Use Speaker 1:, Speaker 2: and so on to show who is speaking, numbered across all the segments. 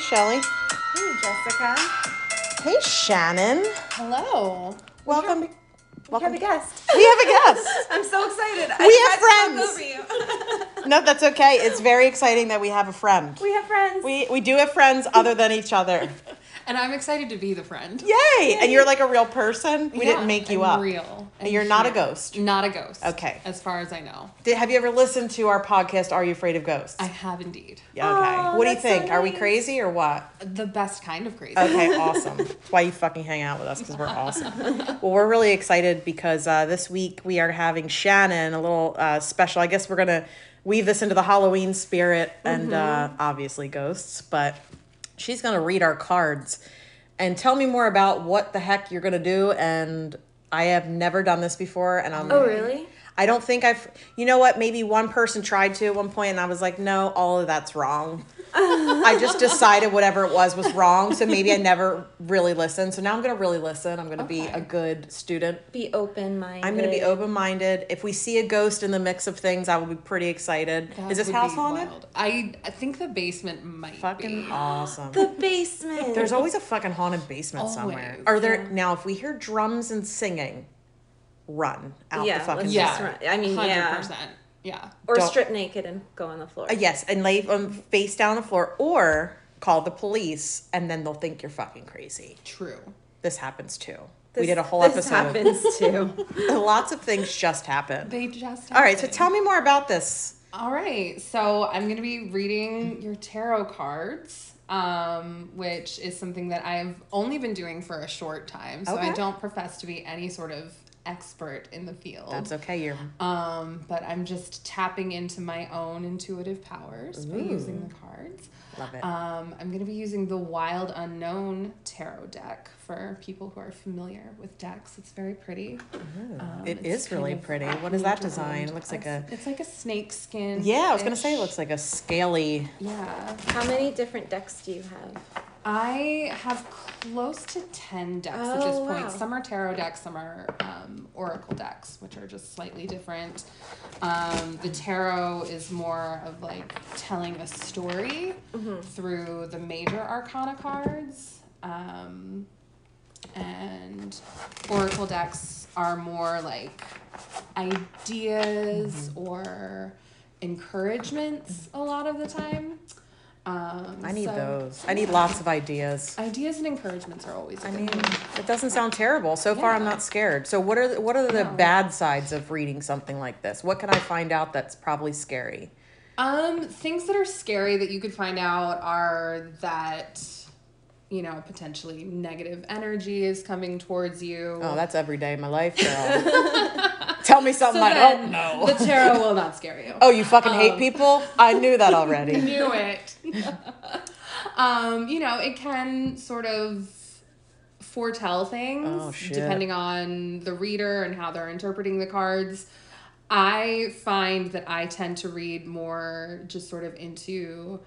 Speaker 1: Shelly.
Speaker 2: Hey, Jessica.
Speaker 1: Hey, Shannon.
Speaker 2: Hello.
Speaker 1: Welcome.
Speaker 2: We have, we have a guest.
Speaker 1: We have a guest.
Speaker 2: I'm so excited.
Speaker 1: We
Speaker 2: I
Speaker 1: have
Speaker 2: tried to
Speaker 1: friends.
Speaker 2: talk over you.
Speaker 1: No, that's okay. It's very exciting that we have a friend.
Speaker 2: we have friends.
Speaker 1: We, we do have friends other than each other.
Speaker 3: And I'm excited to be the friend.
Speaker 1: Yay! And you're like a real person. We
Speaker 3: Yeah,
Speaker 1: didn't make you
Speaker 3: I'm
Speaker 1: up.
Speaker 3: Real.
Speaker 1: And you're not a
Speaker 3: here.
Speaker 1: ghost.
Speaker 3: Not a ghost.
Speaker 1: Okay.
Speaker 3: As far as I know,
Speaker 1: Did, have you ever listened to our podcast, Are You Afraid of Ghosts?
Speaker 3: I have indeed.
Speaker 1: yeah, okay.
Speaker 2: Aw,
Speaker 1: what do you
Speaker 2: that's so
Speaker 1: think? Are we
Speaker 2: nice.
Speaker 1: crazy or what?
Speaker 3: The best kind of crazy.
Speaker 1: Okay, awesome. That's why you fucking hang out with us because we're awesome. Well, we're really excited because uh, this week we are having Shannon a little uh, special. I guess we're gonna weave this into the Halloween spirit and uh,
Speaker 2: Mm-hmm.
Speaker 1: obviously ghosts, but she's gonna read our cards and tell me more about what the heck you're gonna do. And I have never done this before, and I'm
Speaker 2: oh, really?
Speaker 1: I don't think I've. You know what? Maybe one person tried to at one point, and I was like, no, all of that's wrong. I just decided whatever it was was wrong. So maybe I never really listened. So now I'm going to really listen. I'm going to be
Speaker 3: Okay.
Speaker 1: a good student.
Speaker 2: Be open minded.
Speaker 1: I'm going to be open minded. If we see a ghost in the mix of things, I will be pretty excited.
Speaker 3: That
Speaker 1: Is this
Speaker 3: would
Speaker 1: house
Speaker 3: be
Speaker 1: haunted?
Speaker 3: wild. I, I think the basement might
Speaker 1: Fucking
Speaker 3: be.
Speaker 1: awesome.
Speaker 2: The basement.
Speaker 1: There's always a fucking haunted basement somewhere.
Speaker 3: Always.
Speaker 1: Are there now? If we hear drums and singing, run out
Speaker 2: Yeah,
Speaker 1: the fucking.
Speaker 2: let's
Speaker 1: door.
Speaker 2: just run- I mean, yeah.
Speaker 3: 100%. Yeah.
Speaker 2: or
Speaker 1: don't-
Speaker 2: strip naked and go on the floor.
Speaker 1: Uh, Yes, and lay them face down on the floor or call the police and then they'll think you're fucking crazy.
Speaker 3: True.
Speaker 1: This happens too.
Speaker 2: This-
Speaker 1: we did a whole
Speaker 2: this
Speaker 1: episode.
Speaker 2: happens too.
Speaker 1: Lots of things just happen.
Speaker 3: They just.
Speaker 1: All right, so
Speaker 3: happened.
Speaker 1: tell me more about this.
Speaker 3: All right, so I'm going to be reading your tarot cards, um, which is something that I've only been doing for a short time. So I
Speaker 1: Okay.
Speaker 3: don't profess to be any sort of expert in the field.
Speaker 1: That's okay. You're
Speaker 3: Um, but I'm just tapping into my own intuitive powers by using the cards.
Speaker 1: love it.
Speaker 3: Um, I'm going to be using the Wild Unknown tarot deck for people who are familiar with decks. It's very pretty. Um,
Speaker 1: it
Speaker 3: it's
Speaker 1: is
Speaker 3: kind
Speaker 1: really
Speaker 3: of
Speaker 1: pretty. What is that
Speaker 3: painted
Speaker 1: design?
Speaker 3: and
Speaker 1: It looks like a
Speaker 3: it's- It's like a snake skin.
Speaker 1: Yeah, I was going to say it looks like a scaly.
Speaker 3: Yeah.
Speaker 2: How many different decks do you have?
Speaker 3: I have close to 10 decks at this
Speaker 2: Oh,
Speaker 3: point.
Speaker 2: wow.
Speaker 3: Some are tarot decks, some are um, oracle decks, which are just slightly different. Um, the tarot is more of like telling a story
Speaker 1: Mm-hmm.
Speaker 3: through the major arcana cards. Um, and oracle decks are more like ideas
Speaker 1: Mm-hmm.
Speaker 3: or encouragements a lot of the time. Um,
Speaker 1: I need
Speaker 3: so-
Speaker 1: those. I need lots of ideas.
Speaker 3: Ideas and encouragements are always. a
Speaker 1: I
Speaker 3: good
Speaker 1: mean,
Speaker 3: thing.
Speaker 1: it doesn't sound terrible. So far, I'm
Speaker 3: Yeah.
Speaker 1: not scared. So, what are the, what are the
Speaker 3: No.
Speaker 1: bad sides of reading something like this? What can I find out that's probably scary?
Speaker 3: um, things that are scary that you could find out are that, you know, potentially negative energy is coming towards you.
Speaker 1: Oh, that's every day of my life, girl. Tell me something I don't
Speaker 3: then
Speaker 1: know.
Speaker 3: The tarot will not scare you.
Speaker 1: Oh, you fucking hate people? I knew that already.
Speaker 3: knew it. um, you know, it can sort of foretell things
Speaker 1: Oh, shit.
Speaker 3: depending on the reader and how they're interpreting the cards. I find that I tend to read more just sort of into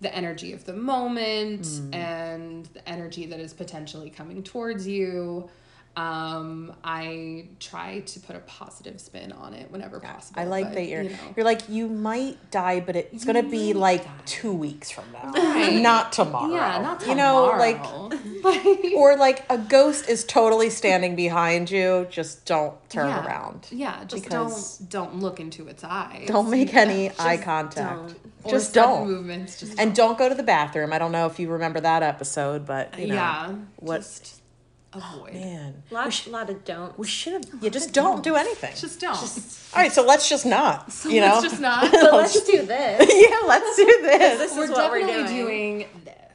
Speaker 3: the energy of the moment
Speaker 1: Hmm.
Speaker 3: and the energy that is potentially coming towards you. Um, I try to put a positive spin on it whenever possible.
Speaker 1: I like
Speaker 3: but,
Speaker 1: that you're
Speaker 3: you know.
Speaker 1: you're like you might die, but it's gonna be like two weeks from now,
Speaker 3: Right.
Speaker 1: not tomorrow.
Speaker 3: Yeah, not
Speaker 1: You know, like
Speaker 3: tomorrow. like
Speaker 1: or like a ghost is totally standing behind you. Just don't turn
Speaker 3: yeah.
Speaker 1: around.
Speaker 3: Yeah, just
Speaker 1: because-
Speaker 3: don't don't look into its eyes.
Speaker 1: Don't make any eye contact.
Speaker 2: don't.
Speaker 3: Or
Speaker 1: Just
Speaker 3: sudden
Speaker 1: don't.
Speaker 3: movements. Just
Speaker 1: And don't go to the bathroom. I don't know if you remember that episode, but you know,
Speaker 3: yeah,
Speaker 1: what-
Speaker 3: Just avoid.
Speaker 1: man,
Speaker 2: Lot, lot of don't.
Speaker 1: we should have. You just don't do anything.
Speaker 3: Just don't.
Speaker 1: All right, so let's just not. you know,
Speaker 3: It's just not.
Speaker 2: So let's do this.
Speaker 1: yeah, let's do this.
Speaker 2: This
Speaker 3: we're
Speaker 2: is what we're
Speaker 3: definitely
Speaker 2: doing.
Speaker 3: doing.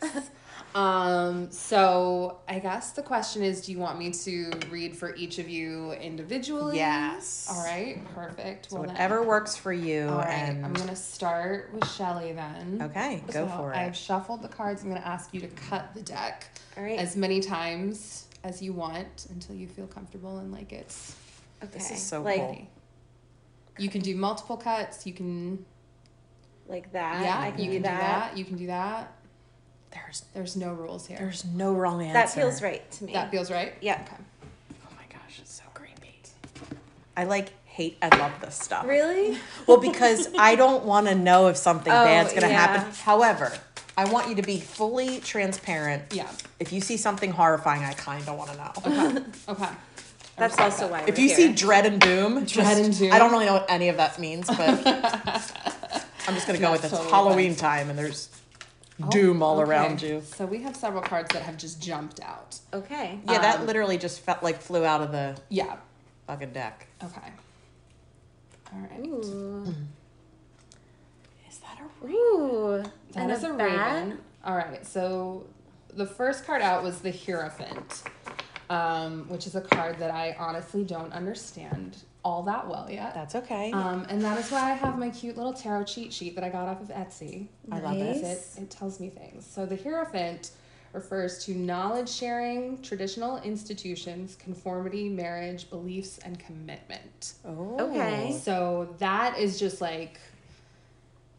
Speaker 3: this. Um, so I guess the question is, do you want me to read for each of you individually?
Speaker 1: Yes.
Speaker 3: All right. Perfect. well, then-
Speaker 1: Whatever works for you.
Speaker 3: All right.
Speaker 1: and
Speaker 3: I'm gonna start with Shelly then.
Speaker 1: okay, go
Speaker 3: So
Speaker 1: for it.
Speaker 3: I've shuffled the cards. I'm going to ask you to cut the deck
Speaker 2: All right.
Speaker 3: as many times as you want until you feel comfortable and like it's
Speaker 2: Okay.
Speaker 1: This is so
Speaker 2: like,
Speaker 1: cool.
Speaker 3: You can do multiple cuts. You can
Speaker 2: Like that.
Speaker 3: yeah.
Speaker 2: I can,
Speaker 3: you
Speaker 2: do, that.
Speaker 3: You can do that.
Speaker 1: There's
Speaker 3: There's no rules here.
Speaker 1: there's no wrong answer.
Speaker 2: That feels right to me.
Speaker 3: that feels right.
Speaker 2: yeah.
Speaker 3: Okay.
Speaker 1: Oh my gosh, it's so creepy. I like hate and love this stuff.
Speaker 2: Really?
Speaker 1: Well, because I don't want to know if something
Speaker 2: Oh,
Speaker 1: bad's gonna
Speaker 2: yeah.
Speaker 1: happen. However, I want you to be fully transparent.
Speaker 3: Yeah.
Speaker 1: If you see something horrifying, I kind of want to know.
Speaker 3: Okay.
Speaker 2: That's also why.
Speaker 1: If
Speaker 2: we're
Speaker 1: you
Speaker 2: here.
Speaker 1: see dread and doom,
Speaker 3: Dread and
Speaker 1: just-
Speaker 3: doom.
Speaker 1: I don't really know what any of that means, but I'm just gonna go with
Speaker 3: That's
Speaker 1: it's
Speaker 3: totally
Speaker 1: Halloween time and there's doom all
Speaker 3: Okay.
Speaker 1: around you.
Speaker 3: So we have several cards that have just jumped out.
Speaker 2: Okay.
Speaker 1: Yeah, that literally just felt like flew out of the
Speaker 3: Yeah.
Speaker 1: fucking deck.
Speaker 3: Okay. All right.
Speaker 2: Ooh.
Speaker 1: Mm. Is that a
Speaker 2: Ooh.
Speaker 3: That is a raven. All right. So the first card out was the Hierophant, um, which is a card that I honestly don't understand all that well yet.
Speaker 1: That's okay.
Speaker 3: Um, and that is why I have my cute little tarot cheat sheet that I got off of Etsy.
Speaker 1: I love
Speaker 2: Nice.
Speaker 1: it.
Speaker 3: It, it tells me things. So the Hierophant refers to knowledge sharing, traditional institutions, conformity, marriage, beliefs, and commitment.
Speaker 1: Oh.
Speaker 2: Okay.
Speaker 3: So that is just like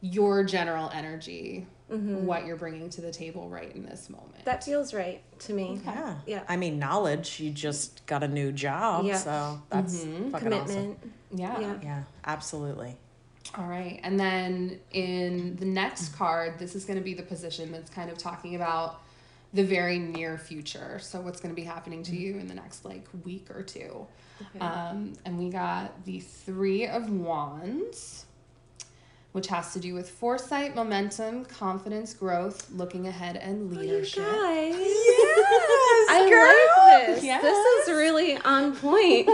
Speaker 3: your general energy, what you're bringing to the table right in this moment.
Speaker 2: Mm-hmm. That feels right to me.
Speaker 1: Yeah.
Speaker 2: Yeah.
Speaker 1: I mean, knowledge. You just got a new job,
Speaker 2: Yeah. Mm-hmm.
Speaker 1: so that's fucking awesome.
Speaker 2: Commitment.
Speaker 3: yeah.
Speaker 2: Yeah.
Speaker 1: Yeah, absolutely.
Speaker 3: All right. And then in the next card, this is going to be the position that's kind of talking about the very near future. So what's going to be happening
Speaker 2: Mm-hmm.
Speaker 3: to you in the next like week or two. Um, and we got the 3 of wands. Which has to do with foresight, momentum, confidence, growth, looking ahead, and
Speaker 2: Oh, you
Speaker 3: leadership.
Speaker 2: guys.
Speaker 1: Yes,
Speaker 2: I like this.
Speaker 3: Yes.
Speaker 2: This is really on point.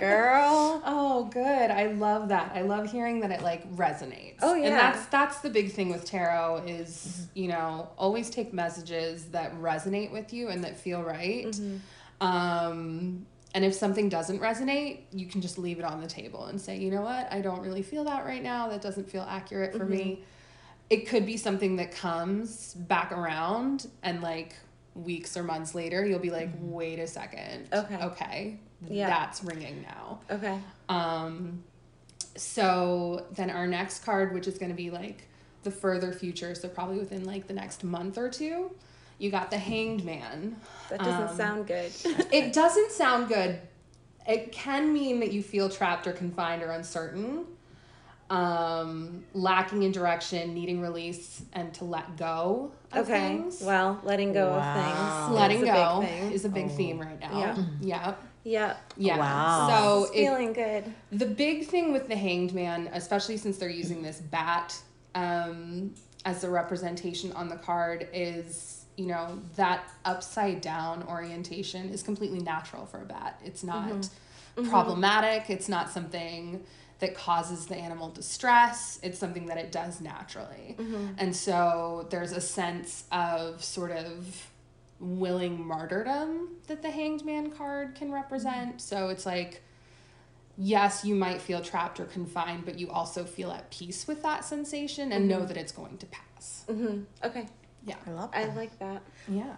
Speaker 1: girl.
Speaker 3: Oh, good. I love that. I love hearing that it like resonates.
Speaker 2: Oh, yeah.
Speaker 3: And that's that's the big thing with tarot is, you know, always take messages that resonate with you and that feel right.
Speaker 2: Mm-hmm.
Speaker 3: Um and if something doesn't resonate, you can just leave it on the table and say, "You know what? I don't really feel that right now. That doesn't feel accurate for
Speaker 2: Mm-hmm.
Speaker 3: me." It could be something that comes back around and like weeks or months later, you'll be like, "Wait a second.
Speaker 2: Mm-hmm. Okay.
Speaker 3: Okay.
Speaker 2: Yeah.
Speaker 3: That's ringing now."
Speaker 2: Okay.
Speaker 3: Um, so then our next card, which is going to be like the further future, so probably within like the next month or two, you got the Hanged Man.
Speaker 2: That doesn't
Speaker 3: Um,
Speaker 2: sound good.
Speaker 3: It doesn't sound good. It can mean that you feel trapped or confined or uncertain, um, lacking in direction, needing release, and to let go of
Speaker 2: okay.
Speaker 3: things.
Speaker 2: Well, letting go
Speaker 1: Wow.
Speaker 2: of things.
Speaker 3: Letting
Speaker 2: is a
Speaker 3: go
Speaker 2: Big thing. Oh.
Speaker 3: is a big theme right now.
Speaker 2: Yeah.
Speaker 3: Yeah.
Speaker 2: Yeah.
Speaker 3: Yeah.
Speaker 1: Wow.
Speaker 3: So
Speaker 2: It's
Speaker 3: it,
Speaker 2: feeling good.
Speaker 3: the big thing with the Hanged Man, especially since they're using this bat um, as a representation on the card, is you know that upside down orientation is completely natural for a bat. It's not problematic. It's not something that causes the animal distress. It's something that it does naturally, and so there's a sense of sort of willing martyrdom that the Hanged Man card can represent. So it's like yes, you might feel trapped or confined, but you also feel at peace with that sensation and know that it's going to pass.
Speaker 2: Okay.
Speaker 3: Yeah.
Speaker 1: I love
Speaker 2: I
Speaker 1: that.
Speaker 2: like that.
Speaker 3: Yeah.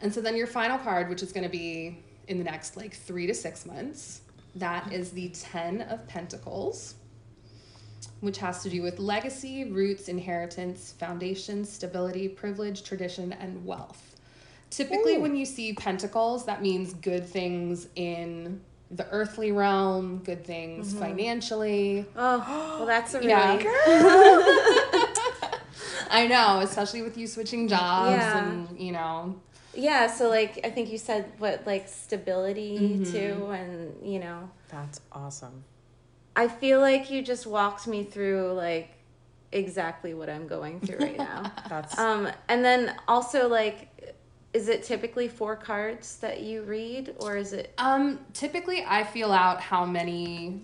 Speaker 3: And so then your final card, which is going to be in the next like three to six months,
Speaker 2: Mm-hmm.
Speaker 3: that is the Ten of Pentacles, which has to do with legacy, roots, inheritance, foundation, stability, privilege, tradition, and wealth. Typically, when you see pentacles, that means good things in the earthly realm, good things financially.
Speaker 2: Oh, well, that's a Mm-hmm. really.
Speaker 3: Yeah. I know, especially with you switching jobs
Speaker 2: Yeah.
Speaker 3: and, you know,
Speaker 2: Yeah, so like I think you said what like stability too and you know
Speaker 1: That's awesome.
Speaker 2: I feel like you just walked me through like exactly what I'm going through right now.
Speaker 1: That's
Speaker 2: um and then also like is it typically four cards that you read or is it
Speaker 3: Um, typically I feel out how many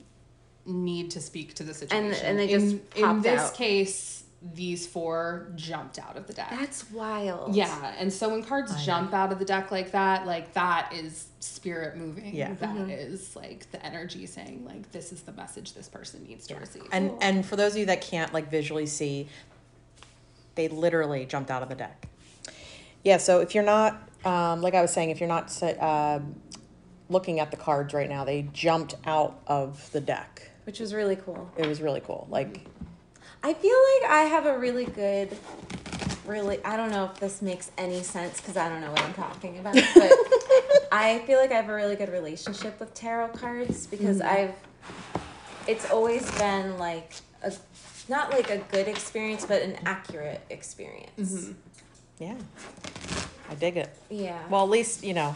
Speaker 3: need to speak to the situation.
Speaker 2: and they just
Speaker 3: in, in
Speaker 2: popped
Speaker 3: this
Speaker 2: out.
Speaker 3: case, these four jumped out of the deck.
Speaker 2: That's wild.
Speaker 3: yeah, and so when cards jump out of the deck like that, like that is spirit moving.
Speaker 1: Yeah.
Speaker 3: that is like the energy saying like this is the message this person needs to receive.
Speaker 1: and and for those of you that can't like visually see, they literally jumped out of the deck. Yeah. So if you're not, um, like I was saying, if you're not uh, looking at the cards right now, they jumped out of the deck.
Speaker 2: Which was really cool.
Speaker 1: It was really cool. Like
Speaker 2: I feel like I have a really good, really, I don't know if this makes any sense because I don't know what I'm talking about, but I feel like I have a really good relationship Mm-hmm. with tarot cards because I've, it's always been like a not like a good experience, but an accurate experience.
Speaker 1: Yeah. I dig it.
Speaker 2: Yeah.
Speaker 1: Well, at least, you know,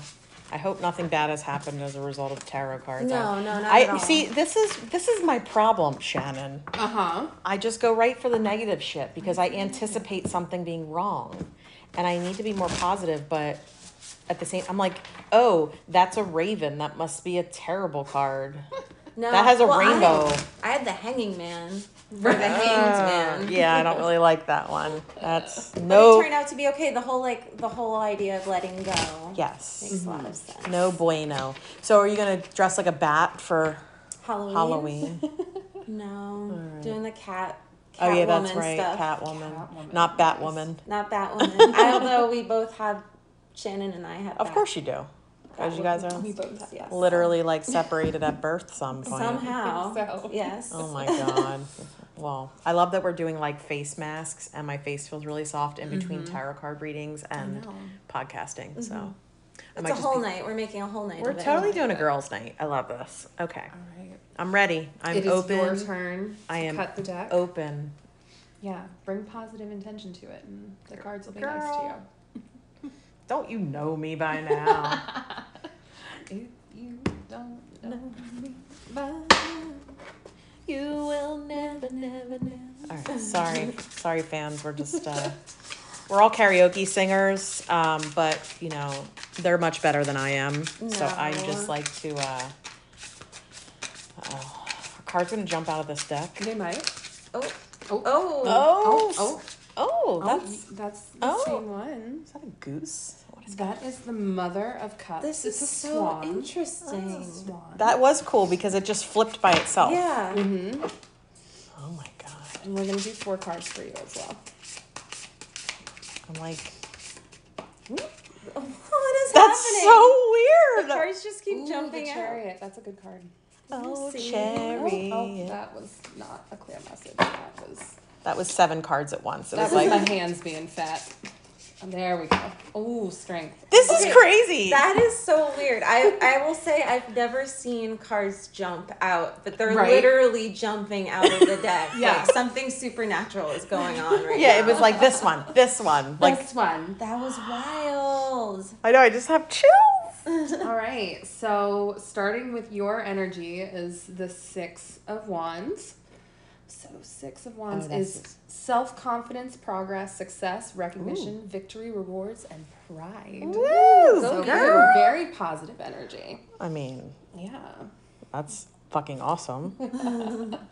Speaker 1: I hope nothing bad has happened as a result of tarot cards.
Speaker 2: No,
Speaker 1: I,
Speaker 2: no, not
Speaker 1: I
Speaker 2: at all.
Speaker 1: see this is this is my problem, Shannon.
Speaker 3: Uh huh.
Speaker 1: I just go right for the negative shit because
Speaker 2: Mm-hmm.
Speaker 1: I anticipate something being wrong and I need to be more positive, but at the same I'm like, "Oh, that's a raven. That must be a terrible card."
Speaker 2: no,
Speaker 1: that has a
Speaker 2: Uh, well, I-
Speaker 1: rainbow. Ah,
Speaker 2: I, had the hanging man. Or the hanged man.
Speaker 1: yeah, I don't really like that one. That's
Speaker 2: But it
Speaker 1: no
Speaker 2: turned out to be okay. The whole like the whole idea of letting go.
Speaker 1: Yes.
Speaker 2: Makes a lot of sense.
Speaker 1: No bueno. So are you going to dress like a bat for
Speaker 2: Halloween.
Speaker 1: Halloween?
Speaker 2: No. Doing the cat.
Speaker 1: Oh yeah, that's
Speaker 2: Catwoman
Speaker 1: right.
Speaker 2: Stuff.
Speaker 1: Catwoman.
Speaker 3: Catwoman,
Speaker 1: Not
Speaker 3: yes.
Speaker 1: Batwoman.
Speaker 2: Not that one. I don't know. We both have. Shannon and I have.
Speaker 1: Of
Speaker 2: that.
Speaker 1: course you do. Because you guys are
Speaker 3: We both have
Speaker 2: Yes.
Speaker 1: literally like separated at birth some point.
Speaker 2: Somehow.
Speaker 3: so.
Speaker 2: Yes.
Speaker 1: Oh my god. Well, I love that we're doing like face masks and my face feels really soft in between
Speaker 2: Mm-hmm.
Speaker 1: tarot card readings and
Speaker 3: know.
Speaker 1: podcasting. So I
Speaker 2: It's a whole night. We're making a whole night.
Speaker 1: We're
Speaker 2: of it.
Speaker 1: totally doing a girls' night. I love this. Okay.
Speaker 3: All right.
Speaker 1: I'm ready. I'm
Speaker 3: It is
Speaker 1: open.
Speaker 3: your turn.
Speaker 1: I
Speaker 3: to
Speaker 1: am
Speaker 3: cut the deck.
Speaker 1: Open.
Speaker 3: Yeah, bring positive intention to it, and the cards will be nice to
Speaker 1: Girl. Don't you know me by now?
Speaker 3: you. If you don't know me by
Speaker 2: You will never, never, never.
Speaker 1: All right. Sorry, sorry, fans. We're just uh, we're all karaoke singers, um, but you know they're much better than I am. So I just
Speaker 3: No.
Speaker 1: like to. Uh, oh, are cards gonna jump out of this deck.
Speaker 3: they might.
Speaker 2: Oh.
Speaker 3: Oh,
Speaker 1: Oh,
Speaker 2: Oh.
Speaker 3: oh,
Speaker 1: oh, oh,
Speaker 3: oh,
Speaker 1: that's
Speaker 3: that's that's the
Speaker 1: oh.
Speaker 3: same one.
Speaker 1: is that a goose? What is
Speaker 3: That is the mother of cups.
Speaker 2: This
Speaker 3: It's
Speaker 2: is
Speaker 3: a
Speaker 2: so
Speaker 3: swan.
Speaker 2: interesting.
Speaker 3: It's a swan.
Speaker 1: that was cool because it just flipped by itself.
Speaker 2: Yeah.
Speaker 3: Mm-hmm.
Speaker 1: Oh my god.
Speaker 3: And we're gonna do four cards for you as well.
Speaker 1: I'm like
Speaker 2: What is
Speaker 1: that's
Speaker 2: happening?
Speaker 1: so weird.
Speaker 2: The cards just keep
Speaker 3: Ooh,
Speaker 2: jumping
Speaker 3: the
Speaker 2: out.
Speaker 3: chariot. That's a good card.
Speaker 1: oh,
Speaker 2: see.
Speaker 1: cherry.
Speaker 3: Oh, that was not a clear message. That was
Speaker 1: that was seven cards at once. It
Speaker 3: that
Speaker 1: was
Speaker 3: was
Speaker 1: like
Speaker 3: my hands being fat. And there we go. Oh, strength.
Speaker 1: this is
Speaker 2: Okay,
Speaker 1: crazy.
Speaker 2: That is so weird. I, I will say I've never seen cards jump out, but they're
Speaker 3: Right.
Speaker 2: literally jumping out of the deck.
Speaker 3: Yeah.
Speaker 2: Like something supernatural is going on right now.
Speaker 1: Yeah, it was like this one, this one. Like
Speaker 3: this one.
Speaker 2: that was wild.
Speaker 1: I know, I just have chills.
Speaker 3: All right. So starting with your energy is the six of wands. So six of wands
Speaker 1: Oh, that's
Speaker 3: is self confidence, progress, success, recognition, victory, rewards, and pride. So
Speaker 1: Woo,
Speaker 3: these are very positive energy.
Speaker 1: I mean,
Speaker 3: Yeah.
Speaker 1: that's fucking awesome.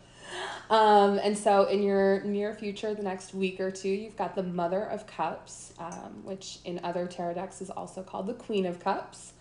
Speaker 3: Um, and so, in your near future, the next week or two, you've got the Mother of Cups, um, which in other tarot decks is also called the Queen of Cups.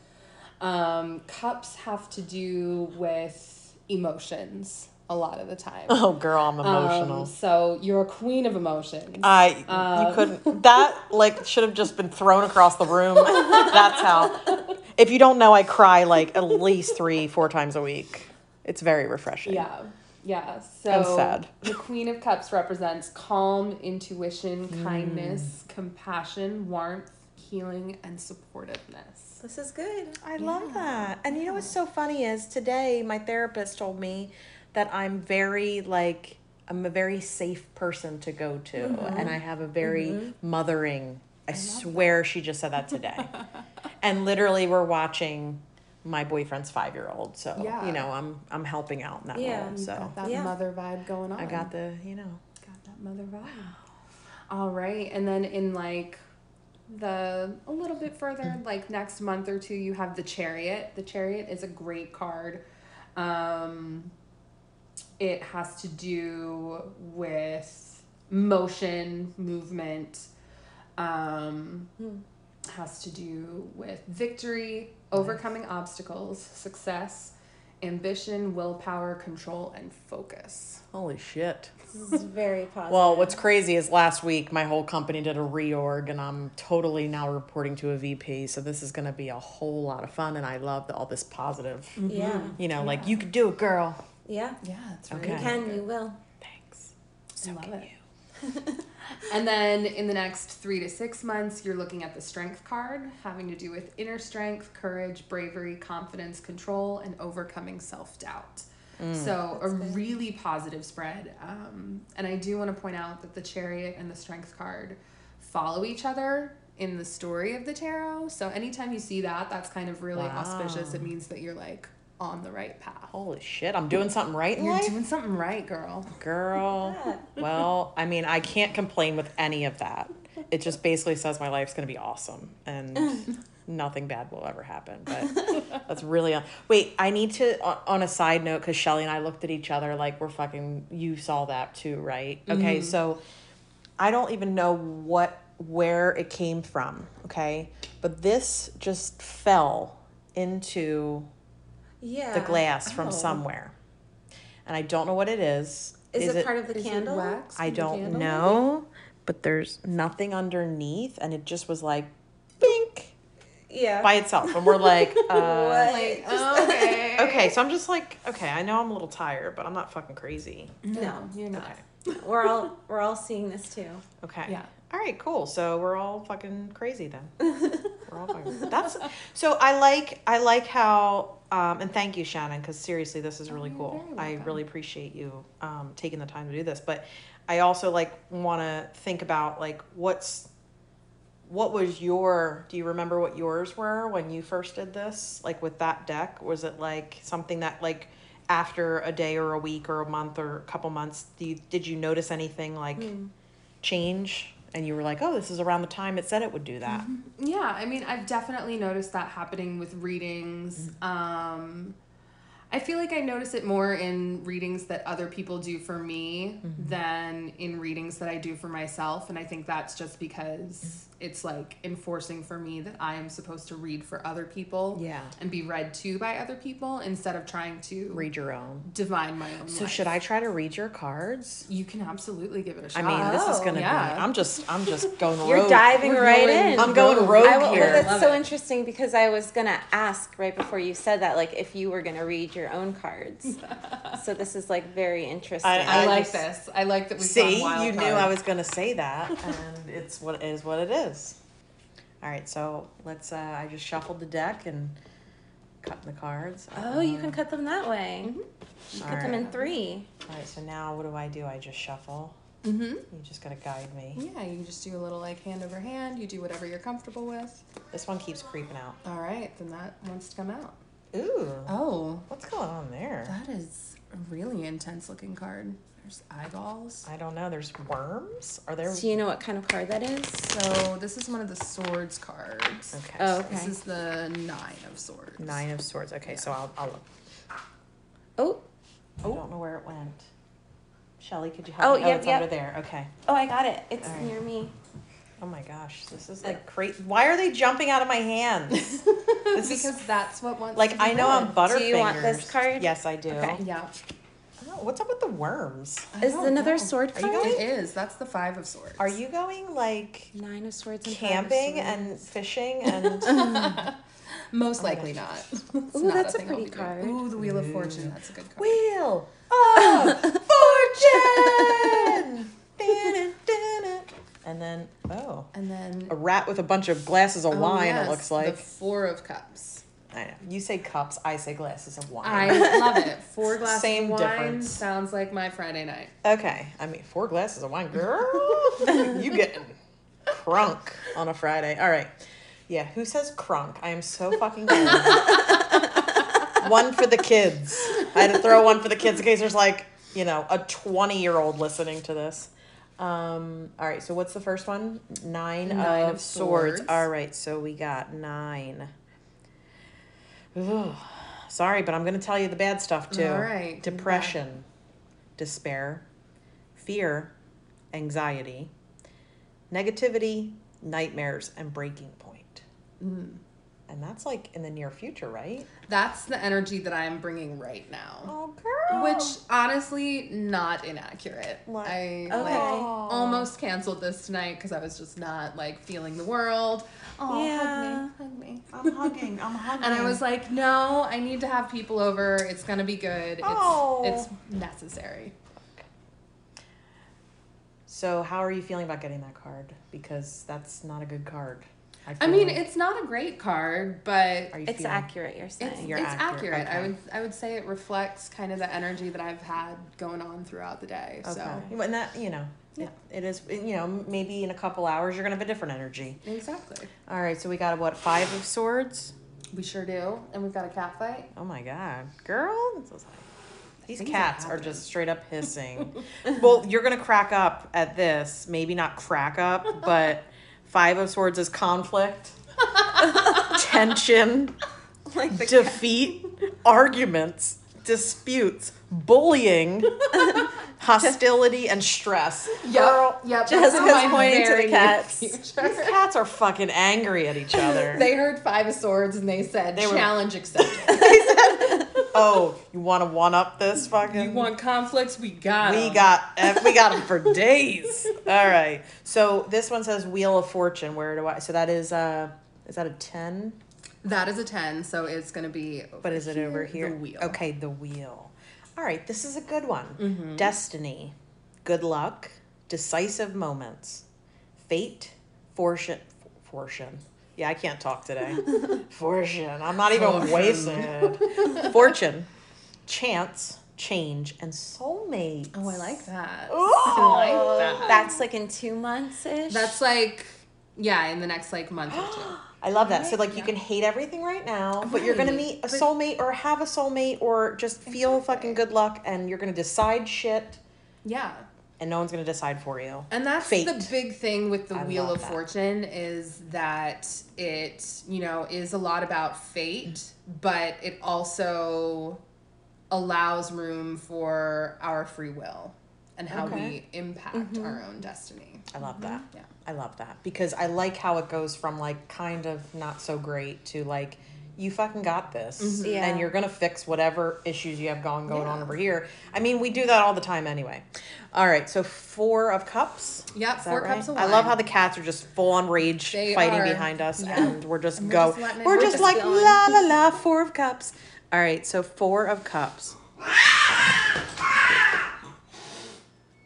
Speaker 3: Um, cups have to do with emotions a lot of the time.
Speaker 1: Oh, girl, I'm
Speaker 3: Um, uh,
Speaker 1: emotional. Uh,
Speaker 3: so, you're a queen of emotions.
Speaker 1: I you couldn't that like should have just been thrown across the room. That's how. If you don't know, I cry like at least three, four times a week. It's very refreshing.
Speaker 3: Yeah. Yeah. So
Speaker 1: And sad.
Speaker 3: the Queen of Cups represents calm, intuition,
Speaker 1: Mm.
Speaker 3: kindness, compassion, warmth, healing, and supportiveness.
Speaker 2: This is good.
Speaker 1: I love that. And you know what's so funny is today my therapist told me that I'm very like I'm a very safe person to go to and I have a very mothering I, swear she just said that today. and literally we're watching my boyfriend's 5-year-old. So,
Speaker 3: Yeah.
Speaker 1: you know, I'm I'm helping out in that
Speaker 2: Yeah.
Speaker 1: role.
Speaker 2: You've
Speaker 1: So,
Speaker 3: Got that
Speaker 2: Yeah.
Speaker 3: mother vibe going on.
Speaker 1: I got the, you know,
Speaker 3: got that mother vibe. All right. And then in like the a little bit further,
Speaker 2: Mm.
Speaker 3: like next month or two, you have the chariot. The chariot is a great card. Um it has to do with motion, movement, um
Speaker 2: Hmm.
Speaker 3: has to do with victory, overcoming obstacles, success, ambition, willpower, control, and focus.
Speaker 1: holy shit.
Speaker 2: This is very positive.
Speaker 1: Well, what's crazy is last week my whole company did a reorg and I'm totally now reporting to a VP. So this is going to be a whole lot of fun and I love the, all this positive.
Speaker 2: yeah.
Speaker 1: You know, like you could do it, girl.
Speaker 2: Yeah.
Speaker 3: Yeah, it's
Speaker 1: really
Speaker 2: You
Speaker 1: Mm-hmm. Okay.
Speaker 2: can, you will.
Speaker 1: Thanks.
Speaker 3: I love it. and then in the next three to six months, you're looking at the strength card, having to do with inner strength, courage, bravery, confidence, control, and overcoming self doubt.
Speaker 1: Mm.
Speaker 3: So a really positive spread. Um, and I do want to point out that the chariot and the strength card follow each other in the story of the tarot. So anytime you see that, that's kind of really
Speaker 1: Wow.
Speaker 3: auspicious. It means that you're like on the right path.
Speaker 1: Holy shit, I'm doing something right in
Speaker 3: You're
Speaker 1: life?
Speaker 3: doing something right, girl.
Speaker 1: Girl. Well, I mean, I can't complain with any of that. It just basically says my life's going to be awesome and nothing bad will ever happen. But that's really. Wait, I need to, on- on a side note, because Shelly and I looked at each other like we're fucking, you saw that too, right? Okay,
Speaker 2: Mm-hmm.
Speaker 1: so I don't even know what, where it came from, okay? But this just fell into
Speaker 2: Yeah.
Speaker 1: the glass from
Speaker 3: Oh.
Speaker 1: somewhere. And I don't know what it is.
Speaker 2: Is, it, part of the candle?
Speaker 1: I
Speaker 3: from the
Speaker 1: don't
Speaker 3: candle?
Speaker 1: know, but there's nothing underneath and it just was like bink
Speaker 2: Yeah.
Speaker 1: by itself. And we're like, uh,
Speaker 2: What?
Speaker 3: Like, okay.
Speaker 1: okay, so I'm just like, okay, I know I'm a little tired, but I'm not fucking crazy.
Speaker 3: No, you're not.
Speaker 1: Okay.
Speaker 2: we're all we're all seeing this too.
Speaker 1: Okay.
Speaker 3: Yeah.
Speaker 1: All right, cool. So we're all fucking crazy then. we're all fucking. That's so I like I like how um, and thank you Shannon because seriously this is really
Speaker 3: Oh, you're
Speaker 1: cool.
Speaker 3: very
Speaker 1: I
Speaker 3: welcome.
Speaker 1: really appreciate you um, taking the time to do this, but I also like want to think about like what's what was your do you remember what yours were when you first did this like with that deck was it like something that like after a day or a week or a month or a couple months do you, did you notice anything like
Speaker 3: Hmm.
Speaker 1: change and you were like oh this is around the time it said it would do that
Speaker 3: Yeah, I mean, I've definitely noticed that happening with readings.
Speaker 1: Mm-hmm.
Speaker 3: Um, I feel like I notice it more in readings that other people do for me
Speaker 1: Mm-hmm.
Speaker 3: than in readings that I do for myself. And I think that's just because
Speaker 1: Mm-hmm.
Speaker 3: it's like enforcing for me that I am supposed to read for other people
Speaker 1: Yeah.
Speaker 3: and be read to by other people instead of trying to
Speaker 1: read your own
Speaker 3: divine my own
Speaker 1: so
Speaker 3: life.
Speaker 1: should i try to read your cards
Speaker 3: You can absolutely give it a
Speaker 1: i
Speaker 3: shot.
Speaker 1: mean this is
Speaker 2: Oh,
Speaker 1: gonna
Speaker 3: yeah.
Speaker 1: be i'm just i'm just going
Speaker 2: You're
Speaker 1: rogue.
Speaker 2: diving
Speaker 3: We're
Speaker 2: right
Speaker 3: going-
Speaker 2: in.
Speaker 1: i'm going rogue
Speaker 2: I will,
Speaker 1: here
Speaker 2: well, that's
Speaker 3: Love
Speaker 2: so
Speaker 3: it.
Speaker 2: interesting because I was gonna ask right before you said that, like if you were gonna read your own cards. so this is like very interesting.
Speaker 3: I,
Speaker 1: I
Speaker 3: like
Speaker 1: just-
Speaker 3: this. I like that we
Speaker 1: See, you knew I was gonna say that, and it's what it is what it is. All right, so let's. Uh, I just shuffled the deck and cut the cards.
Speaker 2: oh, you can cut them that way.
Speaker 3: Mm-hmm.
Speaker 2: You cut them in three.
Speaker 1: All right, so now what do I do? I just shuffle.
Speaker 3: Mm-hmm.
Speaker 1: You just gotta guide me.
Speaker 3: Yeah, you can just do a little like hand over hand. You do whatever you're comfortable with.
Speaker 2: Mm-hmm.
Speaker 1: This one keeps creeping out.
Speaker 3: All right, then that wants to come out.
Speaker 1: Ooh,
Speaker 3: Oh,
Speaker 1: what's going on there?
Speaker 3: that is a really intense looking card. There's eyeballs.
Speaker 1: I don't know. There's worms. Are there?
Speaker 2: Do you know what kind of card that is?
Speaker 3: So this is one of the swords cards.
Speaker 1: Okay.
Speaker 2: Oh,
Speaker 1: so
Speaker 2: okay.
Speaker 3: This is the nine of swords.
Speaker 1: Nine of swords. Okay, so I'll. I'll look.
Speaker 2: Oh,
Speaker 1: I don't know where it went. Shelly, could you
Speaker 2: Oh,
Speaker 1: help me?
Speaker 2: yep,
Speaker 1: it's
Speaker 2: yep.
Speaker 1: under there. Okay.
Speaker 2: oh, I got it. It's
Speaker 1: All right.
Speaker 2: near me.
Speaker 1: Oh my gosh, this is like crazy. Why are they jumping out of my hands? This is
Speaker 3: Because that's what wants.
Speaker 1: Like
Speaker 3: to be
Speaker 1: I know I'm
Speaker 3: read.
Speaker 1: butterfingers.
Speaker 2: Do you want this card?
Speaker 1: Yes, I do.
Speaker 2: Okay.
Speaker 3: Yeah.
Speaker 1: Oh, what's up with the worms?
Speaker 3: I
Speaker 2: Is
Speaker 3: don't
Speaker 2: another
Speaker 3: know.
Speaker 2: sword
Speaker 1: Are you
Speaker 2: card?
Speaker 1: going-
Speaker 3: It is. That's the five of swords.
Speaker 1: Are you going like
Speaker 2: Nine of swords and five of
Speaker 1: camping
Speaker 2: swords.
Speaker 1: and fishing and
Speaker 3: Most likely not. It's
Speaker 2: Ooh,
Speaker 3: not
Speaker 2: that's a
Speaker 3: thing I'll
Speaker 2: pretty
Speaker 3: be doing.
Speaker 2: card.
Speaker 3: Ooh, the wheel of fortune. That's a good card.
Speaker 1: wheel of fortune? Dun, dun, dun. and then oh,
Speaker 3: And then
Speaker 1: a rat with a bunch of glasses of
Speaker 3: Oh,
Speaker 1: wine.
Speaker 3: yes,
Speaker 1: It looks
Speaker 3: the
Speaker 1: like.
Speaker 3: four of cups.
Speaker 1: I know. You say cups. I say glasses of wine.
Speaker 3: I love it. Four glasses
Speaker 1: Same
Speaker 3: of wine
Speaker 1: difference.
Speaker 3: sounds like my Friday night.
Speaker 1: okay. I mean, four glasses of wine, girl. you getting crunk on a Friday? All right. Yeah. Who says crunk? I am so fucking. old. one for the kids. I had to throw one for the kids in case there's like, you know, a 20 year old listening to this. Um, all right, so what's the first one? Nine,
Speaker 3: Nine
Speaker 1: of,
Speaker 3: of
Speaker 1: swords.
Speaker 3: swords.
Speaker 1: All right, so we got nine. Ooh, sorry, but I'm going to tell you the bad stuff too.
Speaker 3: All right.
Speaker 1: Depression, despair, fear, anxiety, negativity, nightmares, and breaking point.
Speaker 3: Mm.
Speaker 1: And that's like in the near future, right?
Speaker 3: That's the energy that I am bringing right now.
Speaker 1: Oh, girl.
Speaker 3: Which honestly, not inaccurate.
Speaker 1: What?
Speaker 3: I
Speaker 2: Okay.
Speaker 3: like
Speaker 1: Aw.
Speaker 3: almost canceled this tonight because I was just not like feeling the world. Oh,
Speaker 2: Yeah.
Speaker 3: hug me, hug me.
Speaker 1: I'm hugging. I'm hugging.
Speaker 3: And I was like, no, I need to have people over. It's gonna be good. It's
Speaker 1: Oh.
Speaker 3: it's necessary.
Speaker 1: so how are you feeling about getting that card? Because that's not a good card.
Speaker 3: I mean, it's not a great card, but
Speaker 1: Are you
Speaker 2: It's
Speaker 1: feeling-
Speaker 2: accurate, you're saying.
Speaker 3: it's,
Speaker 1: You're
Speaker 3: it's
Speaker 1: accurate,
Speaker 3: accurate. I
Speaker 1: okay.
Speaker 3: would I would say it reflects kind of the energy that I've had going on throughout the day.
Speaker 1: Okay.
Speaker 3: So
Speaker 1: Well, And that, you know,
Speaker 3: Yeah.
Speaker 1: it, it is, you know, maybe in a couple hours you're going to have a different energy.
Speaker 3: exactly,
Speaker 1: All right, so we got what, five of swords?
Speaker 3: we sure do, and we've got a cat fight.
Speaker 1: Oh my God. Girl, this is- these
Speaker 3: Things are
Speaker 1: cats are
Speaker 3: happening.
Speaker 1: just straight up hissing. well, you're going to crack up at this. Maybe not crack up, but five of swords is conflict, tension,
Speaker 2: like the
Speaker 1: defeat, arguments, disputes, bullying, hostility, and stress. Girl,
Speaker 3: yep.
Speaker 2: Jessica's
Speaker 3: that's how my
Speaker 2: pointing to the
Speaker 3: very near
Speaker 2: cats.
Speaker 1: These
Speaker 3: future-
Speaker 1: cats are fucking angry at each other.
Speaker 3: They heard five of swords and they said
Speaker 1: They were-
Speaker 3: challenge accepted.
Speaker 1: oh, you want to one up this fucking?
Speaker 3: you want conflicts? We got.
Speaker 1: we
Speaker 3: 'em.
Speaker 1: got eh, we got them for days. All right. So this one says Wheel of Fortune. Where do I? So that is uh, is that a ten?
Speaker 3: That is a ten, so it's gonna be.
Speaker 1: But is it over here?
Speaker 3: The wheel.
Speaker 1: Okay, the wheel. All right, this is a good one.
Speaker 3: Mm-hmm.
Speaker 1: Destiny, good luck, decisive moments, fate, fortune, fortune. Yeah, I can't talk today. fortune. I'm not even
Speaker 3: Fortune.
Speaker 1: wasted. fortune, chance, change, and soulmate.
Speaker 3: Oh, I like that.
Speaker 1: Ooh.
Speaker 3: I like that.
Speaker 2: That's like in two months ish.
Speaker 3: That's like, yeah, in the next like month or two.
Speaker 1: I love that. So
Speaker 3: Right,
Speaker 1: like you
Speaker 3: yeah.
Speaker 1: can hate everything right now, but you're gonna
Speaker 3: Right,
Speaker 1: meet a
Speaker 3: but-
Speaker 1: soulmate or have a soulmate or just feel fucking good luck, and you're gonna decide shit.
Speaker 3: Yeah.
Speaker 1: and no one's going to decide for you.
Speaker 3: And that's
Speaker 1: Fate.
Speaker 3: the big thing with the
Speaker 1: I
Speaker 3: Wheel
Speaker 1: love
Speaker 3: of
Speaker 1: that.
Speaker 3: Fortune is that it, you know, is a lot about fate, but it also allows room for our free will and how
Speaker 1: Okay. Mm-hmm.
Speaker 3: we impact our own destiny.
Speaker 1: I love that.
Speaker 3: Mm-hmm. Yeah.
Speaker 1: I love that because I like how it goes from like kind of not so great to like you fucking got this
Speaker 2: Mhm. Yeah.
Speaker 1: and you're going to fix whatever issues you have going going on
Speaker 3: Mm-hmm. Yeah.
Speaker 1: over here. I mean, we do that all the time anyway. All right, so 4 of cups.
Speaker 3: Yep,
Speaker 1: Is that
Speaker 3: four
Speaker 1: right?
Speaker 3: cups of
Speaker 1: I
Speaker 3: wine.
Speaker 1: love how the cats are just full on rage
Speaker 3: They
Speaker 1: fighting
Speaker 3: are.
Speaker 1: behind us
Speaker 3: Yeah.
Speaker 1: and we're just
Speaker 3: And we're
Speaker 1: go.
Speaker 3: just letting it-
Speaker 1: we're
Speaker 3: we're
Speaker 1: just
Speaker 3: just
Speaker 1: like
Speaker 3: going.
Speaker 1: la la la 4 of cups. All right, so 4 of cups.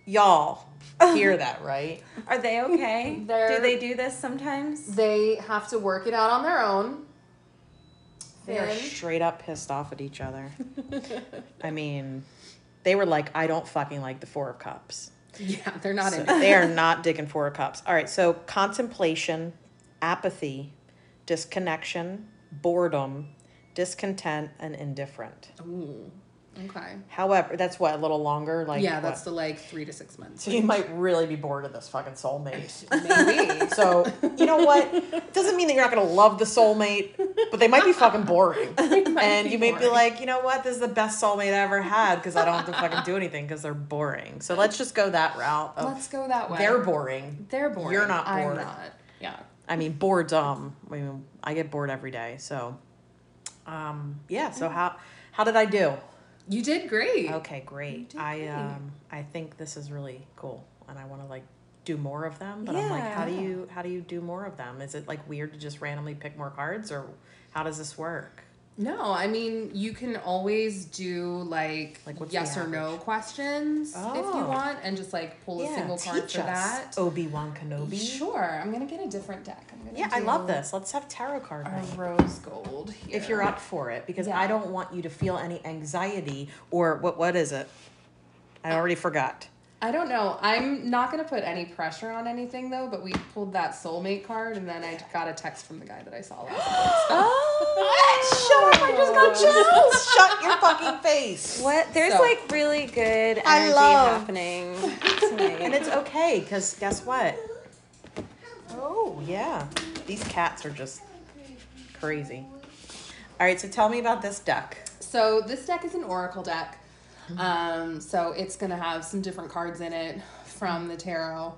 Speaker 1: Y'all hear that, right?
Speaker 2: Are they okay?
Speaker 3: They're-
Speaker 2: do they do this sometimes?
Speaker 3: They have to work it out on their own.
Speaker 1: They are
Speaker 3: Finn.
Speaker 1: straight up pissed off at each other. I mean, they were like, I don't fucking like the Four of Cups.
Speaker 3: Yeah, they're not
Speaker 1: So
Speaker 3: in it.
Speaker 1: they are not digging Four of Cups. All right, so contemplation, apathy, disconnection, boredom, discontent, and indifferent.
Speaker 3: Ooh, okay.
Speaker 1: However, that's what, a little longer? Like,
Speaker 3: yeah, that's
Speaker 1: what?
Speaker 3: the like three to six months.
Speaker 1: So you might really be bored of this fucking soulmate.
Speaker 3: Maybe.
Speaker 1: So, you know what? It doesn't mean that you're not going to love the soulmate, but they might be fucking boring. and you may be like, you know what, this is the best soulmate I ever had because I don't have to fucking do anything because they're boring. So let's just go that route. Of
Speaker 3: let's go that way.
Speaker 1: oh. they're boring.
Speaker 3: They're boring.
Speaker 1: You're not bored.
Speaker 3: I'm not. Yeah.
Speaker 1: I mean, boredom. I mean, I get bored every day. So, um, yeah. So how how did I do?
Speaker 3: You did great.
Speaker 1: Okay, great. I um, I think this is really cool, and I want to like do more of them. But I'm like, how do
Speaker 2: Yeah.
Speaker 1: you how do you do more of them? Is it like weird to just randomly pick more cards, or how does this work?
Speaker 3: No, I mean, you can always do like,
Speaker 1: Like, what's the
Speaker 3: yes or no questions if you
Speaker 1: Oh.
Speaker 3: want and just like pull a single card for that.
Speaker 1: Obi Wan Kenobi.
Speaker 3: Sure. I'm going to get a different deck. I'm going to
Speaker 1: Yeah, I love this. Let's have tarot card
Speaker 3: A
Speaker 1: night.
Speaker 3: rose gold here.
Speaker 1: If you're up for it, because I
Speaker 3: Yeah.
Speaker 1: don't want you to feel any anxiety or what what is it? I already forgot.
Speaker 3: I don't know. I'm not going to put any pressure on anything though, but we pulled that soulmate card and then I got a text from the guy that I saw last night.
Speaker 2: Oh,
Speaker 1: Shut up, I just got chills. Shut your fucking face.
Speaker 2: What? There's
Speaker 3: So-
Speaker 2: like really good energy
Speaker 1: I love-
Speaker 2: happening
Speaker 1: And
Speaker 2: tonight.
Speaker 1: it's okay, because guess what? Oh, yeah. These cats are just crazy. All right, so tell me about this duck.
Speaker 3: So this deck is an oracle deck. Um, so it's gonna have some different cards in it from the tarot.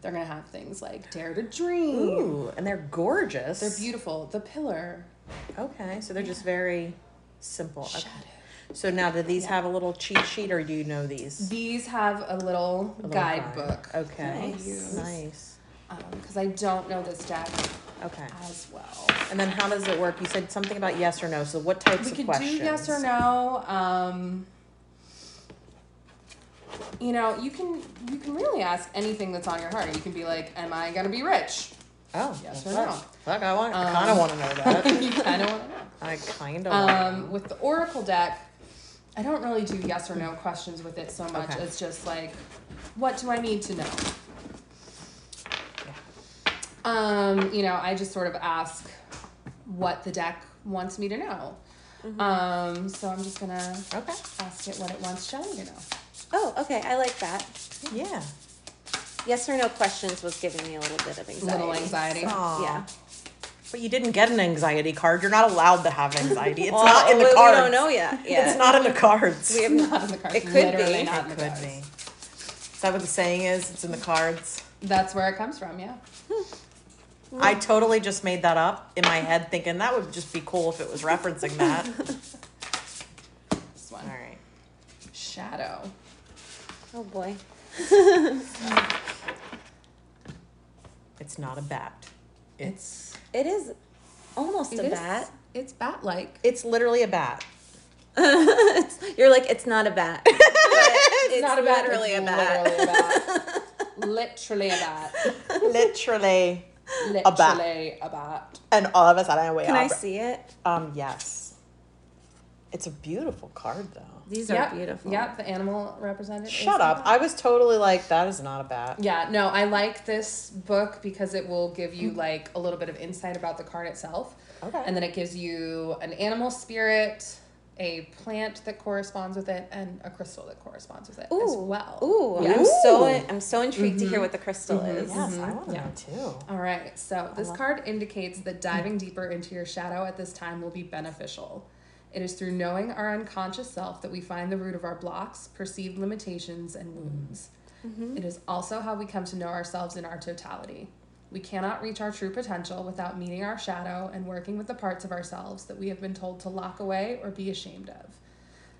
Speaker 3: They're gonna have things like Dare to Dream.
Speaker 1: Ooh, and they're gorgeous.
Speaker 3: They're beautiful. The Pillar.
Speaker 1: Okay, so they're just very simple. Okay.
Speaker 3: Shadow.
Speaker 1: So now, do these have a little cheat sheet, or do you know these?
Speaker 3: These have a little,
Speaker 1: Little
Speaker 3: guidebook.
Speaker 1: guide. Okay.
Speaker 2: Nice.
Speaker 1: Nice.
Speaker 3: Because I don't know this deck
Speaker 1: Okay.
Speaker 3: as well.
Speaker 1: And then, how does it work? You said something about yes or no. So, what types
Speaker 3: We
Speaker 1: of
Speaker 3: could
Speaker 1: questions?
Speaker 3: do yes or no. Um, you know, you can you can really ask anything that's on your heart. You can be like, "Am I gonna be rich?"
Speaker 1: Oh,
Speaker 3: Yes
Speaker 1: that's
Speaker 3: or no?
Speaker 1: us. Fuck, I want. I kind of want to know that.
Speaker 3: you kind of want to know.
Speaker 1: I kind of.
Speaker 3: Um, with the Oracle deck, I don't really do yes or no questions with it so much
Speaker 1: Okay.
Speaker 3: as just like, what do I need to know? Um, you know, I just sort of ask what the deck wants me to know. Um, so I'm just gonna
Speaker 1: okay.
Speaker 3: ask it what it wants Johnny to know.
Speaker 2: Oh, okay. I like that.
Speaker 1: Yeah.
Speaker 2: Yes or no questions was giving me a little bit of anxiety.
Speaker 3: Little anxiety.
Speaker 1: Aw.
Speaker 2: Yeah.
Speaker 1: But you didn't get an anxiety card. You're not allowed to have anxiety. It's
Speaker 2: Well,
Speaker 1: not in
Speaker 2: we,
Speaker 1: the
Speaker 2: we
Speaker 1: cards.
Speaker 2: don't know yet. Yeah.
Speaker 1: It's not in the cards.
Speaker 2: We have
Speaker 3: Not in the cards.
Speaker 2: It could
Speaker 3: Literally
Speaker 2: be.
Speaker 3: not in the
Speaker 1: it could
Speaker 3: cards.
Speaker 1: be. Is that what the saying is? It's in the cards.
Speaker 3: That's where it comes from, yeah.
Speaker 1: I totally just made that up in my head, thinking that would just be cool if it was referencing that.
Speaker 3: This one.
Speaker 1: All right.
Speaker 3: Shadow.
Speaker 2: Oh boy.
Speaker 1: It's not a bat.
Speaker 3: It's
Speaker 2: It is almost
Speaker 3: it
Speaker 2: a
Speaker 3: is-
Speaker 2: bat.
Speaker 3: It's bat like.
Speaker 1: It's literally a bat.
Speaker 2: It's- you're like, it's not a bat. But it's, literally a bat.
Speaker 3: Literally a bat. literally a bat.
Speaker 1: literally.
Speaker 3: Literally
Speaker 1: A bat.
Speaker 3: a bat.
Speaker 1: And all of us had our way
Speaker 2: Can I
Speaker 1: up.
Speaker 2: see it?
Speaker 1: Um, yes. It's a beautiful card, though.
Speaker 2: These
Speaker 3: Yep,
Speaker 2: are beautiful.
Speaker 3: Yep, the animal represented. is
Speaker 1: Shut
Speaker 3: a
Speaker 1: up.
Speaker 3: bat.
Speaker 1: I was totally like, that is not a bat.
Speaker 3: yeah, no, I like this book because it will give you like a little bit of insight about the card itself.
Speaker 1: Okay.
Speaker 3: And then it gives you an animal spirit, a plant that corresponds with it, and a crystal that corresponds with it as
Speaker 2: Ooh.
Speaker 3: well.
Speaker 2: Ooh,
Speaker 1: Yeah.
Speaker 2: I'm so
Speaker 1: Ooh.
Speaker 2: I'm so intrigued to hear what the crystal is.
Speaker 1: Yes, I want to
Speaker 3: Yeah.
Speaker 1: know too.
Speaker 3: All right, so this card indicates that diving deeper into your shadow at this time will be beneficial. It is through knowing our unconscious self that we find the root of our blocks, perceived limitations, and wounds. It is also how we come to know ourselves in our totality. We cannot reach our true potential without meeting our shadow and working with the parts of ourselves that we have been told to lock away or be ashamed of.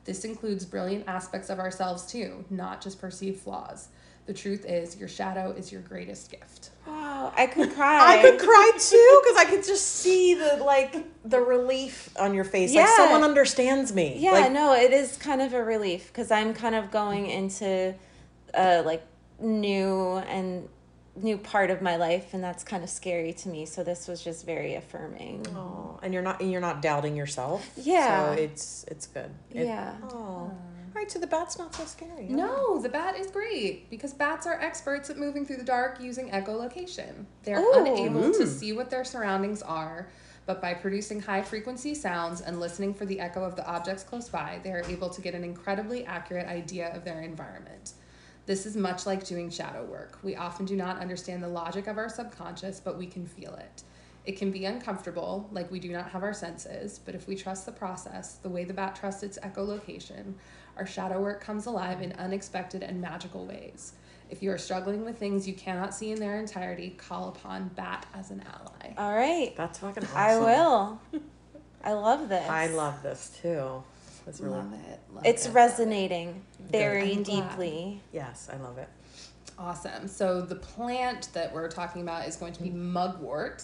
Speaker 3: This includes brilliant aspects of ourselves too, not just perceived flaws. The truth is, your shadow is your greatest gift.
Speaker 2: Wow, I could cry.
Speaker 1: I could cry too because I could just see the like the relief on your face. Like
Speaker 2: Yeah.
Speaker 1: someone understands me.
Speaker 2: yeah,
Speaker 1: Like,
Speaker 2: no, it is kind of a relief because I'm kind of going into a like new and new part of my life, and that's kind of scary to me. So this was just very affirming.
Speaker 1: aw, oh, and you're not and you're not doubting yourself.
Speaker 2: Yeah.
Speaker 1: So it's it's good. It-
Speaker 2: Yeah.
Speaker 1: aw. All right, so the bat's not so scary. huh?
Speaker 3: No, the bat is great because bats are experts at moving through the dark using echolocation. They're
Speaker 2: Ooh.
Speaker 3: unable to see what their surroundings are, but by producing high frequency sounds and listening for the echo of the objects close by, they are able to get an incredibly accurate idea of their environment. This is much like doing shadow work. We often do not understand the logic of our subconscious, but we can feel it. It can be uncomfortable, like we do not have our senses, but if we trust the process, the way the bat trusts its echolocation, our shadow work comes alive in unexpected and magical ways. If you are struggling with things you cannot see in their entirety, call upon bat as an ally.
Speaker 2: All right,
Speaker 1: That's fucking awesome.
Speaker 2: I will. I love this.
Speaker 1: I love this too. That's really
Speaker 3: Love it. Love
Speaker 2: It's
Speaker 3: it, love it.
Speaker 2: resonating very
Speaker 3: I'm glad.
Speaker 2: deeply.
Speaker 1: yes, I love it.
Speaker 3: Awesome. So the plant that we're talking about is going to be mugwort,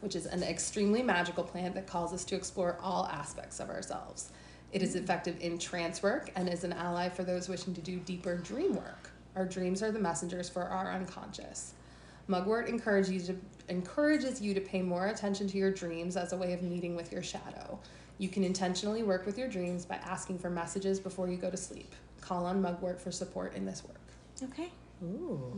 Speaker 3: which is an extremely magical plant that calls us to explore all aspects of ourselves. It is effective in trance work and is an ally for those wishing to do deeper dream work. Our dreams are the messengers for our unconscious. Mugwort encourages you to, encourages you to pay more attention to your dreams as a way of meeting with your shadow. You can intentionally work with your dreams by asking for messages before you go to sleep. Call on Mugwort for support in this work.
Speaker 2: Okay.
Speaker 1: Ooh.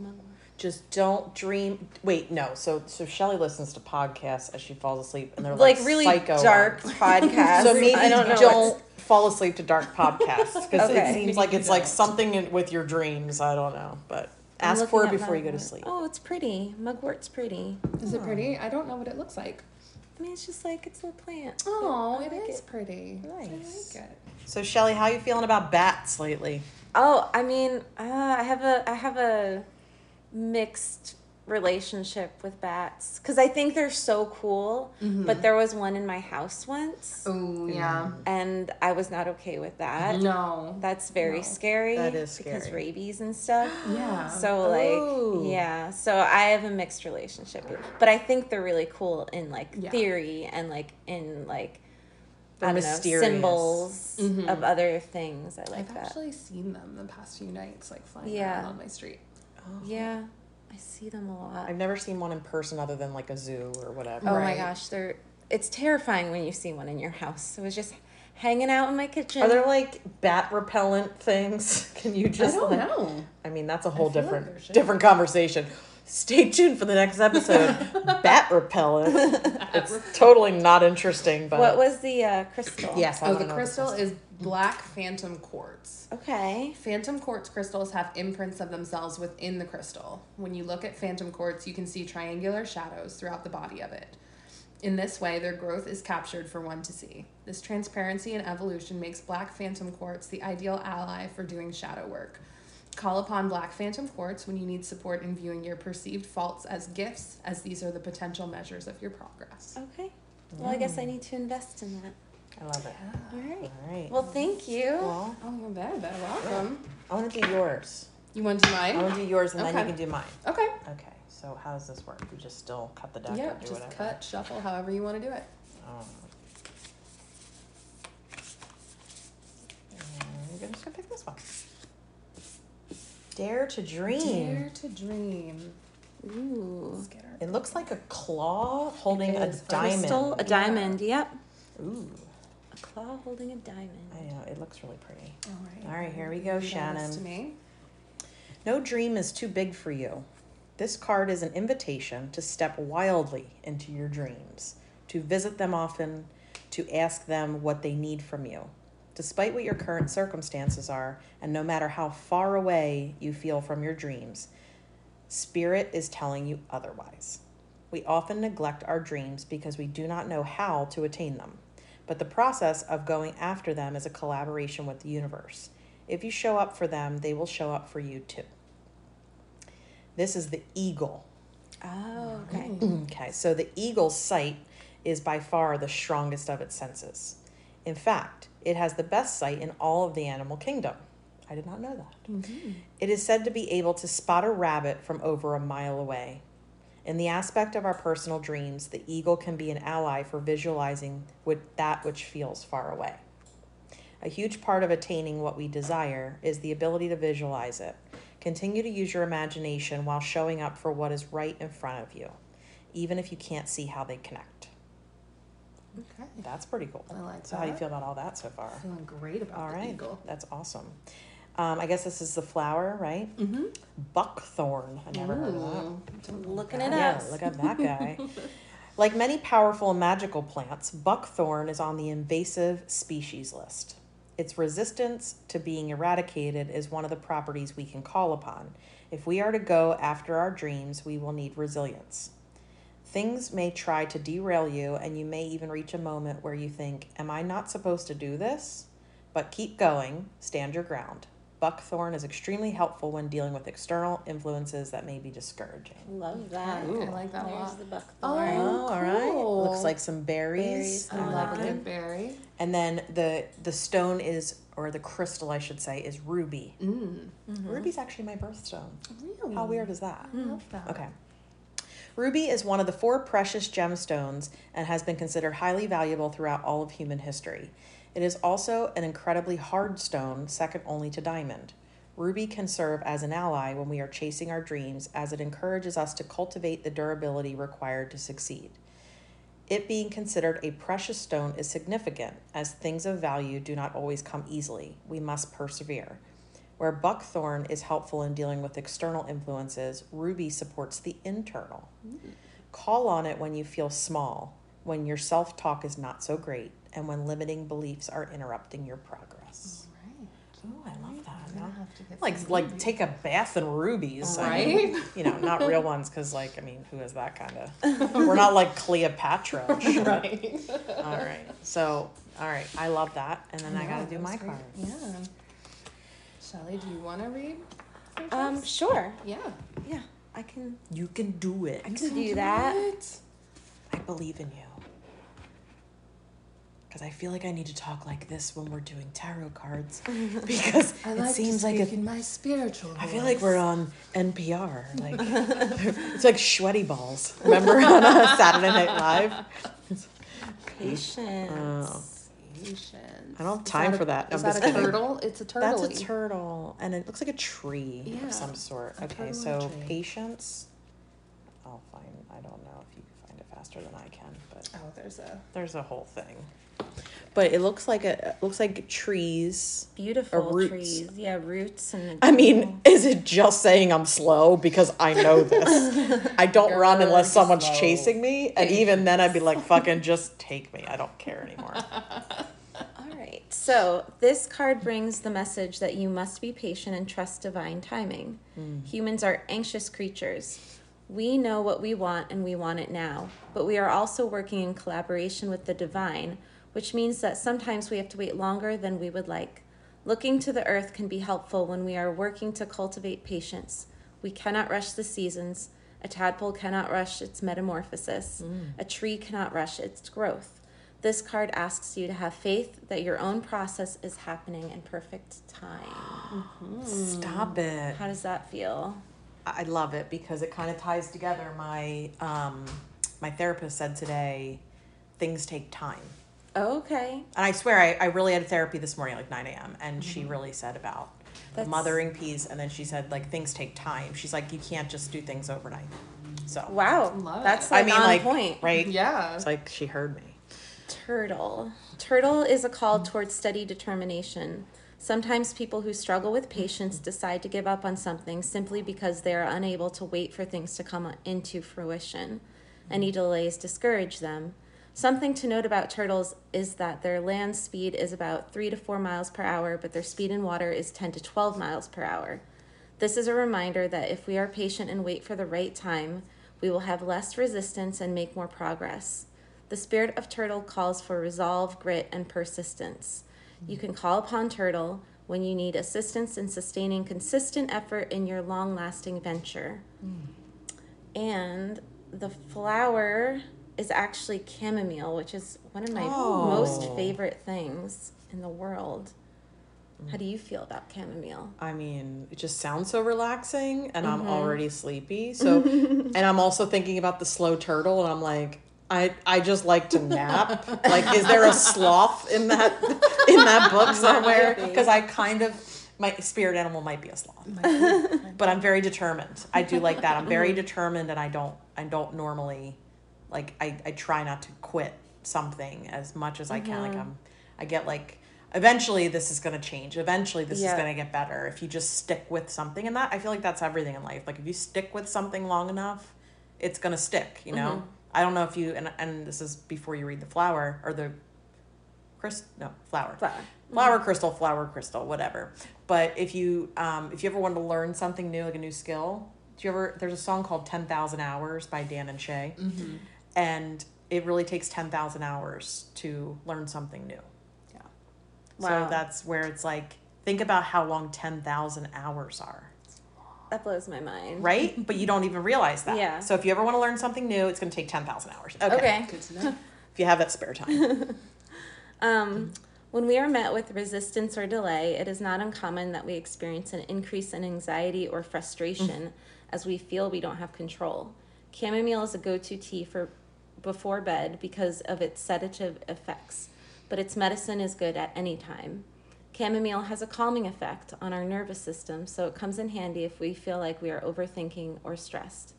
Speaker 1: Just don't dream. Wait, no. So so Shelly listens to podcasts as she falls asleep, and they're like,
Speaker 2: Like, really
Speaker 1: psycho
Speaker 2: dark
Speaker 1: ones.
Speaker 2: podcast.
Speaker 1: So maybe
Speaker 2: I don't know.
Speaker 1: don't fall asleep to dark podcasts because it
Speaker 2: Okay.
Speaker 1: seems like it's like something in, with your dreams. I don't know, but
Speaker 2: I'm
Speaker 1: ask
Speaker 2: looking
Speaker 1: for it
Speaker 2: at
Speaker 1: before you go to
Speaker 2: mugwort.
Speaker 1: sleep.
Speaker 2: Oh, it's pretty. Mugwort's pretty.
Speaker 3: Is it pretty? I don't know what it looks like.
Speaker 2: I mean, it's just like it's a little plant.
Speaker 3: Oh,
Speaker 2: I like it.
Speaker 3: pretty.
Speaker 1: Nice.
Speaker 3: I like it.
Speaker 1: So Shelly, how you feeling about bats lately?
Speaker 2: Oh, I mean, uh, I have a I have a mixed relationship with bats because I think they're so cool.
Speaker 1: Mm-hmm.
Speaker 2: But there was one in my house once,
Speaker 3: Oh yeah.
Speaker 2: and I was not okay with that.
Speaker 3: No.
Speaker 2: That's very
Speaker 3: No.
Speaker 2: scary.
Speaker 1: Mm-hmm. That is
Speaker 2: because
Speaker 1: scary. Um,
Speaker 2: rabies and stuff.
Speaker 3: Yeah.
Speaker 2: So like
Speaker 1: Oh.
Speaker 2: yeah, so I have a mixed relationship, with- but I think they're really cool in like
Speaker 3: Yeah.
Speaker 2: theory and like in like
Speaker 1: They're
Speaker 2: I don't
Speaker 1: mysterious. Mm-hmm.
Speaker 2: know symbols of other things. I like
Speaker 3: I've
Speaker 2: that.
Speaker 3: actually seen them the past few nights, like flying
Speaker 2: Yeah.
Speaker 3: around on my street.
Speaker 2: yeah, I see them a lot.
Speaker 1: I've never seen one in person other than like a zoo or whatever.
Speaker 2: Oh
Speaker 3: Right.
Speaker 2: my gosh, they're it's terrifying when you see one in your house. It was just hanging out in my kitchen.
Speaker 1: Are there like bat repellent things? Can you
Speaker 3: I
Speaker 1: just
Speaker 3: don't
Speaker 1: like-
Speaker 3: know.
Speaker 1: I mean, that's a whole
Speaker 3: feel like
Speaker 1: different
Speaker 3: there should
Speaker 1: different conversation. Stay tuned for the next episode. Bat repellent. it's totally not interesting, but
Speaker 2: what was the uh, crystal?
Speaker 1: yes, I
Speaker 3: Oh,
Speaker 1: wanna
Speaker 3: the
Speaker 1: know what this
Speaker 3: crystal is black phantom quartz.
Speaker 2: Okay.
Speaker 3: Phantom quartz crystals have imprints of themselves within the crystal. When you look at phantom quartz, you can see triangular shadows throughout the body of it. In this way, their growth is captured for one to see. This transparency and evolution makes black phantom quartz the ideal ally for doing shadow work. Call upon black phantom quartz when you need support in viewing your perceived faults as gifts, as these are the potential measures of your progress.
Speaker 2: Okay. Well, I guess I need to invest in that.
Speaker 1: I love it.
Speaker 2: All right.
Speaker 1: All right.
Speaker 2: Well, thank you.
Speaker 1: Well,
Speaker 3: Oh, you're very, very welcome.
Speaker 1: I want to do yours.
Speaker 3: You want to
Speaker 1: I
Speaker 3: mine?
Speaker 1: want to do yours, and then
Speaker 3: Okay.
Speaker 1: you can do mine.
Speaker 3: Okay.
Speaker 1: Okay. So how does this work? We just still cut the deck or
Speaker 3: Yeah,
Speaker 1: do
Speaker 3: just
Speaker 1: whatever.
Speaker 3: cut, shuffle, however you want to do it.
Speaker 1: Um, and I'm just gonna pick this one. Dare to dream.
Speaker 3: Dare to dream.
Speaker 2: Ooh.
Speaker 3: Let's get our
Speaker 1: It looks like a claw holding
Speaker 3: It
Speaker 1: a
Speaker 3: is.
Speaker 1: diamond.
Speaker 2: Crystal, a diamond. Yep.
Speaker 1: Ooh,
Speaker 2: A claw holding a diamond.
Speaker 1: I know. It looks really pretty.
Speaker 3: All right.
Speaker 1: All right, here we go,
Speaker 3: Read all this
Speaker 1: Shannon.
Speaker 3: To me.
Speaker 1: No dream is too big for you. This card is an invitation to step wildly into your dreams, to visit them often, to ask them what they need from you. Despite what your current circumstances are, and no matter how far away you feel from your dreams, Spirit is telling you otherwise. We often neglect our dreams because we do not know how to attain them. But the process of going after them is a collaboration with the universe. If you show up for them, they will show up for you too. This is the eagle.
Speaker 2: Oh, okay.
Speaker 1: Okay, so the eagle's sight is by far the strongest of its senses. In fact, it has the best sight in all of the animal kingdom. I did not know that.
Speaker 3: Mm-hmm.
Speaker 1: It is said to be able to spot a rabbit from over a mile away. In the aspect of our personal dreams, the eagle can be an ally for visualizing with that which feels far away. A huge part of attaining what we desire is the ability to visualize it. Continue to use your imagination while showing up for what is right in front of you, even if you can't see how they connect.
Speaker 3: Okay.
Speaker 1: That's pretty cool.
Speaker 3: I like
Speaker 1: So, how do you
Speaker 3: that.
Speaker 1: feel about all that so far?
Speaker 3: Feeling great about
Speaker 1: All
Speaker 3: the
Speaker 1: right.
Speaker 3: eagle.
Speaker 1: That's awesome. Um, I guess this is the flower, right?
Speaker 3: Mm-hmm.
Speaker 1: Buckthorn. I never heard of
Speaker 3: Mm.
Speaker 1: that.
Speaker 2: Looking at
Speaker 1: Yeah,
Speaker 2: us.
Speaker 1: look at that guy. like many powerful and magical plants, buckthorn is on the invasive species list. Its resistance to being eradicated is one of the properties we can call upon. If we are to go after our dreams, we will need resilience. Things may try to derail you, and you may even reach a moment where you think, Am I not supposed to do this? But keep going, stand your ground. Buckthorn is extremely helpful when dealing with external influences that may be discouraging.
Speaker 2: Love that.
Speaker 3: Ooh. I like that a
Speaker 2: There's
Speaker 3: lot.
Speaker 2: the buckthorn.
Speaker 1: Oh,
Speaker 3: Oh.
Speaker 1: all right.
Speaker 3: cool.
Speaker 1: Looks like some berries.
Speaker 2: Berries.
Speaker 3: I
Speaker 2: Uh-huh.
Speaker 3: love a
Speaker 1: Okay.
Speaker 3: good Oh, berry.
Speaker 1: And then the the stone is, or the crystal, I should say, is ruby.
Speaker 3: Mm.
Speaker 1: Ruby's actually my birthstone.
Speaker 3: Really?
Speaker 1: How Oh, weird is that?
Speaker 3: I love that.
Speaker 1: Okay. Ruby is one of the four precious gemstones and has been considered highly valuable throughout all of human history. It is also an incredibly hard stone, second only to diamond. Ruby can serve as an ally when we are chasing our dreams, as it encourages us to cultivate the durability required to succeed. It being considered a precious stone is significant, as things of value do not always come easily. We must persevere. Where buckthorn is helpful in dealing with external influences, ruby supports the internal. Call on it when you feel small, when your self talk is not so great, and when limiting beliefs are interrupting your progress.
Speaker 3: Right.
Speaker 1: Ooh, I love that.
Speaker 3: I'm gonna have to get
Speaker 1: Uh, Like,
Speaker 3: some
Speaker 1: like
Speaker 3: ruby.
Speaker 1: take a bath in rubies, I mean, you know, not real ones, because like, I mean, who is that kind of? We're not like Cleopatra. and shit.
Speaker 3: right.
Speaker 1: All right, so all right, I love that, and then I
Speaker 3: Yeah,
Speaker 1: gotta do
Speaker 3: that was
Speaker 1: my
Speaker 3: great.
Speaker 1: card.
Speaker 3: Yeah. Shelly, do you want to read? your
Speaker 2: Um,
Speaker 3: first?
Speaker 2: sure.
Speaker 3: Yeah.
Speaker 2: Yeah, I can.
Speaker 1: You can do it.
Speaker 2: I can do that.
Speaker 3: What?
Speaker 1: I believe in you. Because I feel like I need to talk like this when we're doing tarot cards. Because
Speaker 3: I
Speaker 1: it
Speaker 3: like
Speaker 1: seems
Speaker 3: to
Speaker 1: like
Speaker 3: speak
Speaker 1: it,
Speaker 3: in my spiritual.
Speaker 1: I feel like
Speaker 3: voice.
Speaker 1: we're on NPR. Like it's like sweaty balls. Remember on uh, Saturday Night Live?
Speaker 2: Patience.
Speaker 1: Oh.
Speaker 3: Patience.
Speaker 1: I don't have
Speaker 3: Is
Speaker 1: time
Speaker 3: a-
Speaker 1: for that. I'm
Speaker 3: Is that
Speaker 1: just
Speaker 3: a
Speaker 1: kidding.
Speaker 3: turtle? It's a turtle.
Speaker 1: That's a turtle, and it looks like a tree
Speaker 3: Yeah,
Speaker 1: of some sort.
Speaker 3: a
Speaker 1: Okay,
Speaker 3: turtle
Speaker 1: so
Speaker 3: tree.
Speaker 1: patience. don't know if you can find it faster than I can, but
Speaker 3: Oh, there's a.
Speaker 1: there's a whole thing. But it looks like a it looks like trees.
Speaker 2: Beautiful
Speaker 1: roots.
Speaker 2: trees. Yeah, roots and.
Speaker 1: I mean,
Speaker 3: Oh.
Speaker 1: is it just saying I'm slow because I know this? I don't run
Speaker 3: Girl,
Speaker 1: unless
Speaker 3: you're
Speaker 1: someone's
Speaker 3: slow.
Speaker 1: chasing me, and even then I'd be like, "Fucking just take me. I don't care anymore."
Speaker 2: All right. So this card brings the message that you must be patient and trust divine timing.
Speaker 1: Mm.
Speaker 2: Humans are anxious creatures. We know what we want and we want it now, but we are also working in collaboration with the divine, which means that sometimes we have to wait longer than we would like. Looking to the earth can be helpful when we are working to cultivate patience. We cannot rush the seasons. A tadpole cannot rush its metamorphosis.
Speaker 1: Mm.
Speaker 2: A tree cannot rush its growth. This card asks you to have faith that your own process is happening in perfect time.
Speaker 3: Hmm.
Speaker 1: Stop it.
Speaker 2: How does that feel?
Speaker 1: I love it because it kind of ties together. My um, my therapist said today, things take time,
Speaker 2: Okay.
Speaker 1: and I swear I, I really had therapy this morning, like nine a.m. And she really said about the
Speaker 2: Mm-hmm. That's-
Speaker 1: mothering piece, and then she said like things take time. She's like you can't just do things overnight. So
Speaker 2: Wow.
Speaker 3: Love
Speaker 2: That's
Speaker 3: it.
Speaker 1: I
Speaker 2: like
Speaker 1: mean,
Speaker 2: on
Speaker 1: like
Speaker 2: point.
Speaker 1: right?
Speaker 3: Yeah.
Speaker 1: It's like she heard me.
Speaker 2: Turtle. Turtle is a call towards steady determination. Sometimes people who struggle with patience decide to give up on something simply because they are unable to wait for things to come into fruition. Any delays discourage them. Something to note about turtles is that their land speed is about 3 to 4 miles per hour, but their speed in water is 10 to 12 miles per hour. This is a reminder that if we are patient and wait for the right time, we will have less resistance and make more progress. The spirit of turtle calls for resolve, grit, and persistence. You can call upon turtle when you need assistance in sustaining consistent effort in your long lasting venture. And the flower is actually chamomile, which is one of my
Speaker 1: Oh.
Speaker 2: most favorite things in the world. How do you feel about chamomile?
Speaker 1: I mean, it just sounds so relaxing, and I'm already sleepy. So, and I'm also thinking about the slow turtle, and I'm like, I I just like to nap. like, is there a sloth in that in that book somewhere?
Speaker 2: be.
Speaker 1: Because I kind of my spirit animal might Mm-hmm. be a sloth, but I'm very determined. I do like that. I'm very determined, and I don't I don't normally like I I try not to quit something as much as I can. Like I'm I get like. Eventually, this is going to change. Eventually, this is
Speaker 2: Yeah.
Speaker 1: going to get better if you just stick with something and that i feel like that's everything in life like if you stick with something long enough it's gonna stick you know i don't know if you and and this is before you read the flower or the crystal no flower
Speaker 2: Flower.
Speaker 1: flower
Speaker 2: Mm-hmm.
Speaker 1: crystal flower crystal whatever but if you um if you ever wanted to learn something new like a new skill do you ever there's a song called 10000 hours by dan and shay
Speaker 2: Mm-hmm.
Speaker 1: and it really takes 10000 hours to learn something new
Speaker 2: Wow.
Speaker 1: so that's where it's like think about how long 10,000 hours are,
Speaker 2: That blows my mind.
Speaker 1: right? but you don't even realize that.
Speaker 2: Mm-hmm. Yeah.
Speaker 1: So if you ever want to learn something new, it's going to take 10,000 hours. Okay.
Speaker 2: Okay.
Speaker 3: Good to know.
Speaker 1: If you have that spare time.
Speaker 2: Um, when we are met with resistance or delay, it is not uncommon that we experience an increase in anxiety or frustration as we feel we don't have control. Chamomile is a go to tea for before bed because of its sedative effects, but its medicine is good at any time. Chamomile has a calming effect on our nervous system, so it comes in handy if we feel like we are overthinking or stressed.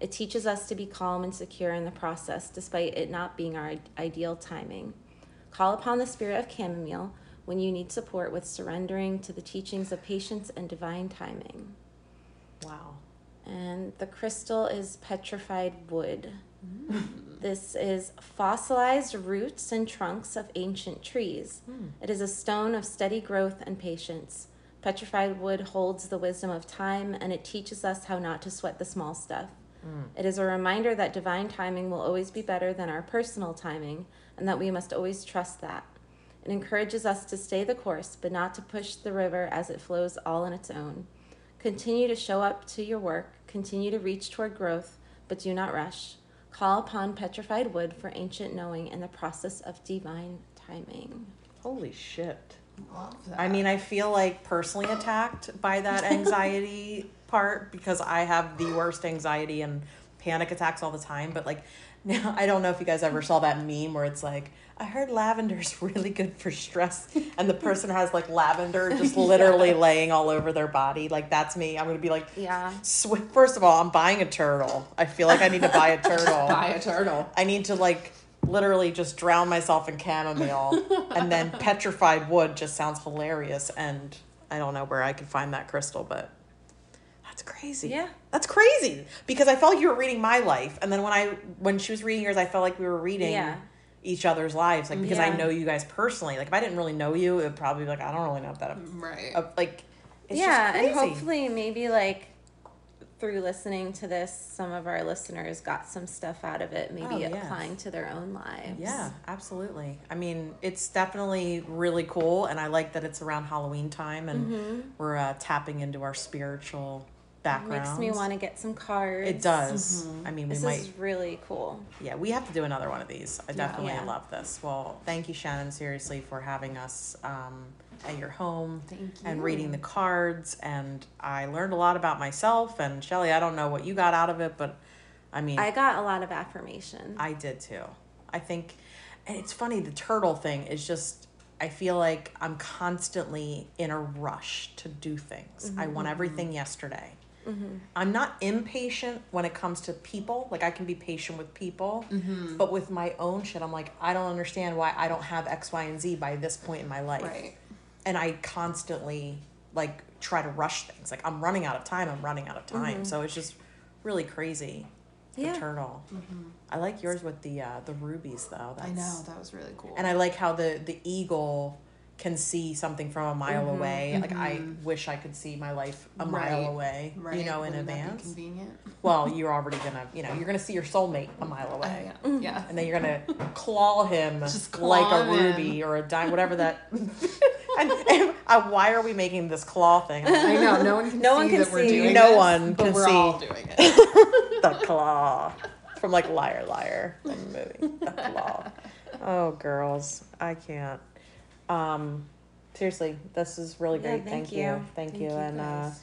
Speaker 2: It teaches us to be calm and secure in the process, despite it not being our ideal timing. Call upon the spirit of chamomile when you need support with surrendering to the teachings of patience and divine timing.
Speaker 1: Wow.
Speaker 2: And the crystal is petrified wood. This is fossilized roots and trunks of ancient trees. It is a stone of steady growth and patience. Petrified wood holds the wisdom of time and it teaches us how not to sweat the small stuff. It is a reminder that divine timing will always be better than our personal timing and that we must always trust that. It encourages us to stay the course, but not to push the river as it flows all on its own. Continue to show up to your work, continue to reach toward growth, but do not rush. Call upon petrified wood for ancient knowing and the process of divine timing.
Speaker 1: Holy shit.
Speaker 3: Love that.
Speaker 1: I mean, I feel like personally attacked by that anxiety part because I have the worst anxiety and panic attacks all the time, but like now I don't know if you guys ever saw that meme where it's like, I heard lavender's really good for stress and the person has like lavender just literally laying all over their body. Like that's me. I'm gonna be like
Speaker 2: Yeah.
Speaker 1: sw- first of all, I'm buying a turtle. I feel like I need to buy a turtle.
Speaker 3: Buy a turtle.
Speaker 1: I need to like literally just drown myself in chamomile and then petrified wood just sounds hilarious and I don't know where I could find that crystal, but that's crazy.
Speaker 2: Yeah.
Speaker 1: That's crazy. Because I felt like you were reading my life and then when I when she was reading yours, I felt like we were reading
Speaker 2: Yeah.
Speaker 1: each other's lives. Like because I
Speaker 2: Yeah.
Speaker 1: know you guys personally. Like if I didn't really know you, it would probably be like, I don't really know if that
Speaker 3: Right.
Speaker 1: uh, like it's
Speaker 2: Mm. yeah,
Speaker 1: just crazy.
Speaker 2: and hopefully, maybe like through listening to this, some of our listeners got some stuff out of it, maybe
Speaker 1: Oh, yes.
Speaker 2: applying to their own lives.
Speaker 1: Yeah, absolutely. I mean, it's definitely really cool, and I like that it's around Halloween time, and we're uh, tapping into our spiritual
Speaker 2: Mm-hmm. It
Speaker 1: background.
Speaker 2: makes me want to get some cards.
Speaker 1: It does. I mean, we
Speaker 2: This
Speaker 1: might.
Speaker 2: is really cool.
Speaker 1: Yeah, we have to do another one of these. I definitely
Speaker 2: Yeah.
Speaker 1: love this. Well, thank you, Shannon, seriously, for having us um, at your home
Speaker 3: Thank
Speaker 1: and reading the cards. And I learned a lot about myself. And Shelly, I don't know what you got out of it, but I mean,
Speaker 2: I got a lot of affirmation.
Speaker 1: I did too. I think, and it's funny, the turtle thing is just, I feel like I'm constantly in a rush to do things. I want everything yesterday. I'm not impatient when it comes to people. Like, I can be patient with people, but with my own shit, I'm like, I don't understand why I don't have X, Y, and Z by this point in my life
Speaker 3: Right.
Speaker 1: and I constantly like try to rush things. Like I'm running out of time. I'm running out of time.
Speaker 3: Mm-hmm.
Speaker 1: So it's just really crazy. The
Speaker 2: Yeah.
Speaker 1: turtle. I like yours with the uh, the rubies though. That's,
Speaker 3: Mm-hmm. I know that was really cool.
Speaker 1: And I like how the the eagle can see something from a mile away. Like I wish I could see my life a mile
Speaker 3: Mm-hmm. Right.
Speaker 1: away. You know, in
Speaker 3: Wouldn't that be
Speaker 1: advance.
Speaker 3: convenient.
Speaker 1: Well, you're already gonna you know you're gonna see your soulmate a mile
Speaker 3: Oh,
Speaker 1: away.
Speaker 3: yeah. yeah.
Speaker 1: And then you're gonna claw him
Speaker 3: Just
Speaker 1: like a
Speaker 3: claw him.
Speaker 1: ruby or a dime, whatever that. and, and, uh, why are we making this claw thing?
Speaker 3: I know. No one can.
Speaker 2: No
Speaker 3: see
Speaker 2: one can
Speaker 3: that we're
Speaker 2: see.
Speaker 3: doing
Speaker 1: No
Speaker 3: this,
Speaker 1: one
Speaker 3: but
Speaker 1: can
Speaker 3: we're
Speaker 1: see.
Speaker 3: all doing it.
Speaker 1: the claw from like Liar Liar, the movie. The claw. Oh, girls, I can't. Um, seriously, this is really
Speaker 2: Yeah,
Speaker 1: great.
Speaker 2: thank
Speaker 1: thank,
Speaker 2: you.
Speaker 1: you. thank
Speaker 2: Thank
Speaker 1: you.
Speaker 2: you,
Speaker 1: And uh,
Speaker 2: guys.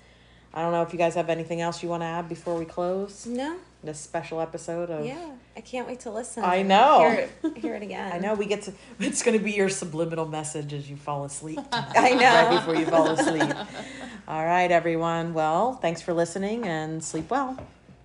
Speaker 1: I don't know if you guys have anything else you want to add before we close
Speaker 2: no,
Speaker 1: this special episode of.
Speaker 2: yeah, I can't wait to listen.
Speaker 1: I know.
Speaker 2: Hear it, hear it again.
Speaker 1: I know we get to. It's going to be your subliminal message as you fall asleep. tonight,
Speaker 2: I know.
Speaker 1: Right before you fall asleep. All right, everyone. Well, thanks for listening and sleep well.